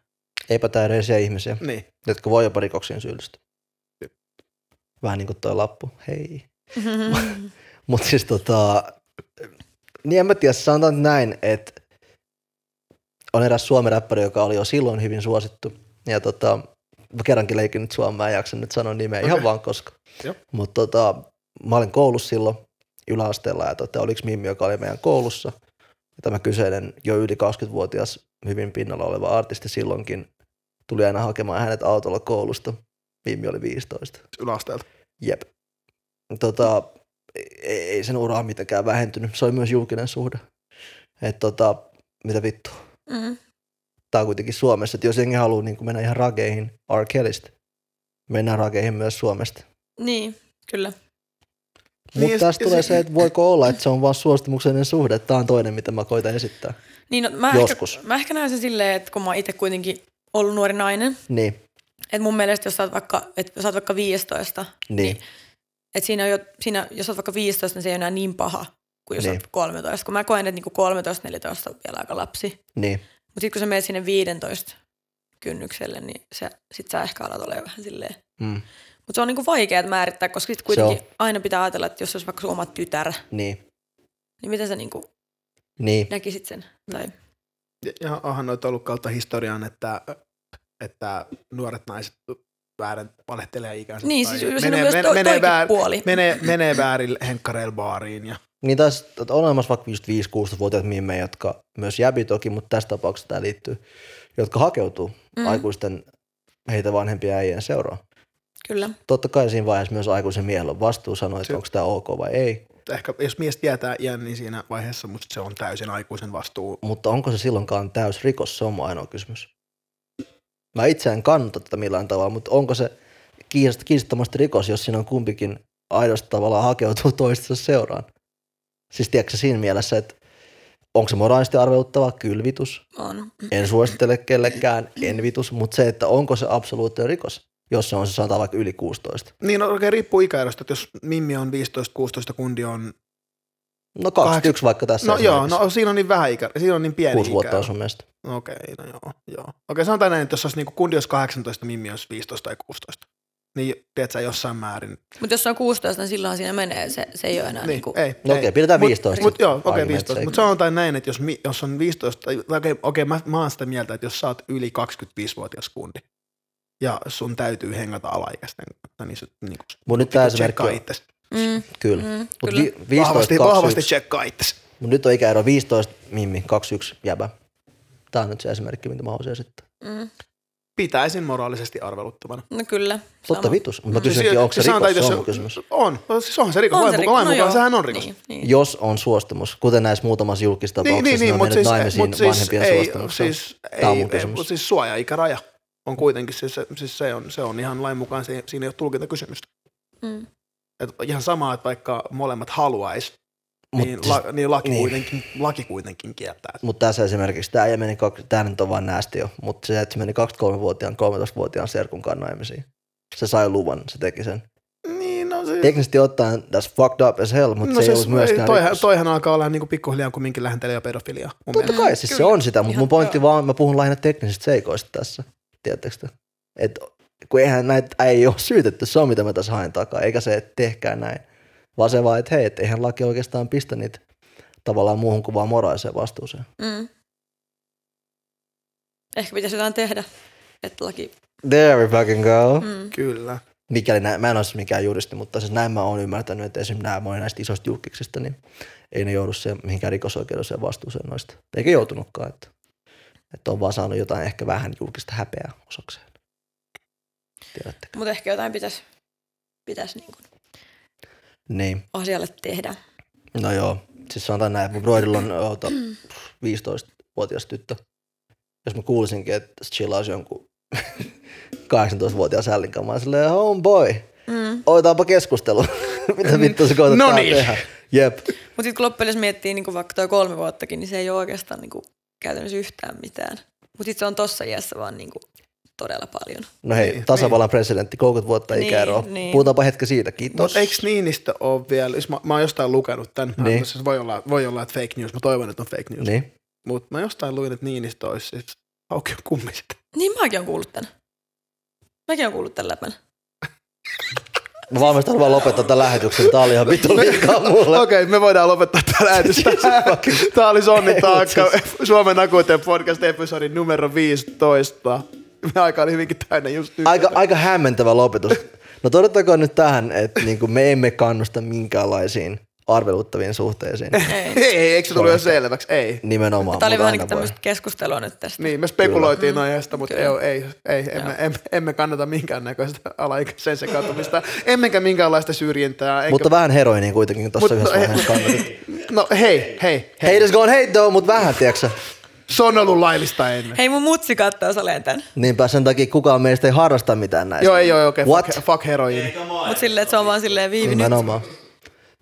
Eipä täydellisiä ihmisiä, Niin. jotka voi jopa rikoksiin syyllistyä. Vähän niin kuin toi lappu, hei. Mm. Mutta siis tota, niin en mä tiedä, sanotaan nyt näin, että on eräs suomen räppäri, joka oli jo silloin hyvin suosittu. Ja tota, mä kerrankin leikin nyt Suomea, mä en jaksa nyt sanoa nimeä okay. ihan Okei. vaan koska. Joo. Mutta tota, mä olin koulussa silloin yläasteella ja tota, oli yksi mimmi, joka oli meidän koulussa. Ja tämä kyseinen jo yli 20-vuotias hyvin pinnalla oleva artisti silloinkin tuli aina hakemaan hänet autolla koulusta. Mimmi oli 15. Yläasteelta. Jep. Tota, ei, ei sen uraa mitenkään vähentynyt. Se oli myös julkinen suhde. Et tota, mitä vittu. Mm. Tää on kuitenkin Suomessa, että jos jengi haluaa niin mennä ihan rageihin R. Kellystä, mennään rageihin myös Suomesta. Niin, kyllä. Niin, Mutta ja tässä sit- tulee ja se, sit- että voiko olla, että se on vaan suostumuksellinen suhde. Tämä on toinen, mitä mä koitan esittää. Niin, no, mä, Joskus. Ehkä, mä ehkä näen sen silleen, että kun mä oon itse kuitenkin ollut nuori nainen, Niin, että mun mielestä jos sä oot vaikka, että jos sä oot vaikka 15, niin, että siinä, on jo, siinä, jos oot vaikka 15, niin se ei ole enää niin paha kuin jos Niin. niin. oot 13, kun mä koen, että niinku 13-14 on vielä aika lapsi. niin. Mutta sitten kun sä menet sinne 15 kynnykselle, niin se, sit sä ehkä alat olla jo vähän silleen. Mm, Mutta se on niinku vaikea määrittää, koska sitten kuitenkin aina pitää ajatella, että jos olisi vaikka sun oma tytär, niin, niin miten sä niinku niin. näkisit sen? Tai, Ja- Ja onhan noita ollut kautta historiaan, että, että nuoret naiset väärän valehtelee ikänsä. niin, tai siis siinä on myös to, toikin väär- puoli. menee, menee väärin henkkareilla baariin. Ja, Niin taas että on olemassa vaikka just 5-16-vuotiaat mimmejä, jotka myös jäbi toki, mutta tässä tapauksessa tämä liittyy, jotka hakeutuu mm. aikuisten heitä vanhempia äijien seuraa. Kyllä. Totta kai siinä vaiheessa myös aikuisen miehellä on vastuu sanoa, että Se- onko tämä ok vai ei, ehkä jos mies tietää iän, niin siinä vaiheessa musta se on täysin aikuisen vastuu. mutta onko se silloinkaan täys rikos, se on mun ainoa kysymys. Mä itse en kannata tätä millään tavalla, mutta onko se kiist- kiistattomasti rikos, jos siinä on kumpikin aidosti tavallaan hakeutuu toistensa seuraan? Siis tiedätkö sä siinä mielessä, että onko se moraalisesti arveluttava kylvitys, On. En suosittele kellekään, en vitus, mutta se, että onko se absoluuttinen rikos, jos se on se sanotaan vaikka yli 16. Niin no, oikein riippuu ikäerosta, että jos Mimmi on 15-16, kundi on... No 21 vaikka tässä No joo, esimerkiksi. no siinä on niin vähän ikä, siinä on niin pieni kuusi vuotta ikäero. on sun mielestä. No Okei, no joo, joo. Okei, sanotaan näin, että jos olisi niinku kundi olisi 18, mimmi olisi 15 tai 16. Niin, tiedätkö, jossain määrin. Mutta jos se on 16, niin silloin siinä menee. Se, se ei ole enää Niin, niin, niinku, ei, No ei. okei, pidetään 15. Mut, mut, joo, okei, Argument 15. sake. Mutta sanotaan näin, että jos, mi- jos on 15, tai tai okei, okei mä, mä oon sitä mieltä, että jos sä oot yli 25-vuotias kundi, ja sun täytyy hengata alaikäisten, kanssa, niin se niin kuin, Mun nyt tämä esimerkki tsekkaa on, itsesi. mm, kyllä. mm, Mut kyllä. vi- 15, Vahvasti, 21. vahvasti tsekkaa itsesi. Mut nyt on ikäero 15, mimmi, 21, jäbä. Tämä on nyt se esimerkki, mitä mä haluaisin esittää. mm, Pitäisin moraalisesti arveluttavana. Siis no kyllä. Totta sama. vitus. No Mut Mä kysynkin, onko se sanotaan, rikos, että se on jos mun kysymys. On, siis onhan se rikos. On Lain se mukaan, lain rikos. mukaan sehän on rikos. Niin, niin. Jos on suostumus, kuten näissä muutamassa julkistapauksissa, niin, niin, niin, on mennyt siis, naimisiin mut vanhempien ei, suostumuksella. siis, ei, Tää on mun ei, kysymys. Mm. mutta siis suoja-ikäraja on kuitenkin, siis, se- siis se, on, se on ihan lain mukaan, se, siinä ei ole tulkintakysymystä. Mm. Et ihan sama, että vaikka molemmat haluaisi, Mut niin, siis- la, niin, laki niin. Kuitenkin, laki kuitenkin kieltää. Mutta tässä esimerkiksi tämä ei meni, tämä nyt on vaan näästi jo, mutta se, että se meni 23-vuotiaan, 13-vuotiaan serkun kanssa naimisiin. Se sai luvan, se teki sen. Niin, no se... Teknisesti ottaen, that's fucked up as hell, mutta no Mm. se ei ollut myöskään toihan, rikos. toihan alkaa olla niin pikkuhiljaa kumminkin lähentelyä ja pedofiliaa. mun Totta mielestä. kai, siis se Kyllä. on sitä, mutta Ihan mun pointti joo. vaan, mä puhun lähinnä teknisistä seikoista tässä, tiedättekö te? Et, kun eihän näitä ei ole syytetty, se on mitä mä tässä haen takaa, eikä se, että tehkää näin, vaan se vaan, että hei, et eihän laki oikeastaan pistä niitä tavallaan muuhun kuin vaan moraaliseen vastuuseen. Mm. Ehkä pitäisi jotain tehdä, että laki... There we fucking go. No. Mm. Kyllä. mikäli nä, mä en ole siis mikään juristi, mutta siis näin mä oon ymmärtänyt, että esimerkiksi nämä moni näistä isoista julkiksista, niin ei ne joudu siihen mihinkään rikosoikeudelliseen vastuuseen noista. Eikä joutunutkaan, että, että on vaan saanut jotain ehkä vähän julkista häpeää osakseen. Tiedättekö? Mutta ehkä jotain pitäisi, pitäisi niinku Niin, asialle tehdä. no joo. Siis sanotaan näin, mun broidilla on oota, 15-vuotias tyttö. Jos mä kuulisinkin, että se chillaisi jonkun 18-vuotiaan sällin kanssa, mä oon silleen, homeboy, Mm. oitaanpa keskustelu. Mitä vittu sä koetat No täällä niin. tehdä? Jep. Mutta sitten kun loppujen lopuksi miettii niin vaikka toi kolme niinku vuottakin, niin se ei ole oikeastaan niin käytännössä yhtään mitään. Mutta sitten se on tossa iässä vaan niin todella paljon. No hei, Niin, tasavallan presidentti, 30 vuotta Niin, ikäeroa. niin. Puhutaanpa hetki siitä, kiitos. Mutta eikö Niinistö ole vielä, jos mä, mä oon jostain lukenut tämän, Niin. niin. siis voi, olla, voi olla, että fake news, mä toivon, että on fake news, niin. Niin. mutta mä jostain luin, että Niinistö olisi siis aukion kummiset. Niin mäkin on kuullut tämän. Mäkin on kuullut tämän läpän. Mä valmistan vaan lopettaa tämän lähetyksen. Tää oli ihan vittu liikaa mulle. Okei, me voidaan lopettaa tämä lähetys. Tämä oli Sonni Ei, siis. mut Taakka, Suomen akuuteen podcast episodi numero 15. Me aika oli hyvinkin täynnä just nyt. Aika, aika hämmentävä lopetus. No todettakoon nyt tähän, että niinku me emme kannusta minkäänlaisiin arveluttaviin suhteisiin. Ei. Ei, ei, eikö se tullut jo selväksi? Ei. Nimenomaan. Tämä oli mutta vähän aina niinku niin tämmöistä keskustelua nyt tästä. Niin, me spekuloitiin aiheesta, mutta ei, Kyllä. ei, ei emme, emme, emme kannata minkäännäköistä alaikäisen sekaantumista, emmekä minkäänlaista syrjintää. voi. Enkä... Mutta vähän heroiniin kuitenkin tuossa niinku- Mut- yhdessä no, vaiheessa kannatit. No hei, hei, hei. Haters gone hate though, mutta vähän, tiedätkö Se on ollut laillista Niin. ennen. Hei, mun mutsi kattaa saleen tämän. Niinpä sen takia kukaan meistä ei harrasta mitään näistä. Joo, ei, joo, okei, okay, What? fuck, fuck heroin. Mutta silleen, että se on vaan silleen viivi nyt. Nimenomaan.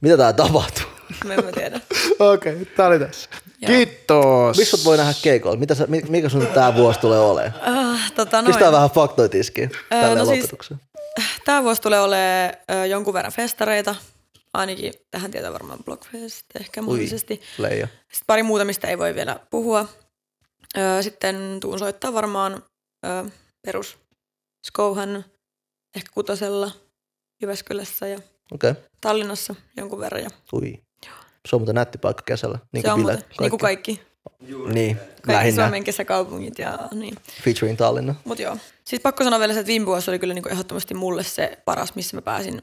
Mitä tää tapahtuu? Mä en mä tiedä. Okei, okay, tää oli tässä. Joo. Kiitos. Miksi sut voi nähdä keikolla? Mitä sä, mi- mikä sun tää vuosi tulee olemaan? Ah, tota noin. Pistää vähän faktoja tiskiin tälle no siis- lopetukseen. Tämä vuosi tulee olemaan ö, jonkun verran festareita. Ainakin tähän tietää varmaan Blockfest ehkä mahdollisesti. Leija. Sitten pari muuta, mistä ei voi vielä puhua. Öö, sitten tuun soittaa varmaan öö, perus Skouhan, ehkä Kutosella, Jyväskylässä ja Okei. Okay. Tallinnassa jonkun verran. Ja Ui. Se on muuten nätti paikka kesällä. Niin se kuin on bileet. muuten, kaikki. niin kuin kaikki, kaikki Niin, lähinnä. Suomen kesäkaupungit ja niin. Featuring Tallinna. Mut joo. Siis pakko sanoa vielä se, että viime vuosi oli kyllä niinku ehdottomasti mulle se paras, missä mä pääsin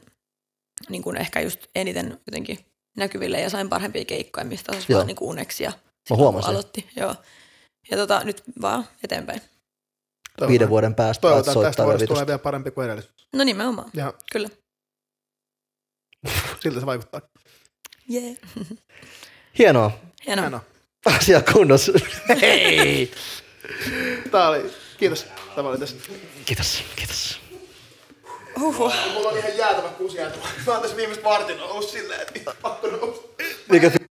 niinku ehkä just eniten jotenkin näkyville ja sain parhempia keikkoja, mistä osasi Joo. vaan niinku uneksi ja Mä silloin, kun huomasin. aloitti. Joo. Ja tota, nyt vaan eteenpäin. Toivotaan- Viiden vuoden päästä pääs Toivotaan, että tästä soittaa vuodesta tulee revitusta. vielä parempi kuin edellisestä. No nimenomaan, Ja kyllä. siltä se vaikuttaa. Jee. Hienoa. Hienoa. Hienoa. Asia kunnossa. Hei! Tää oli, kiitos. Tämä oli tässä. Kiitos, kiitos. Huhhuh. Mulla on ihan jäätävä kuusi jäätävä. Mä oon tässä viimeistä vartin ollut silleen, että pakko nousta. Mikä fi-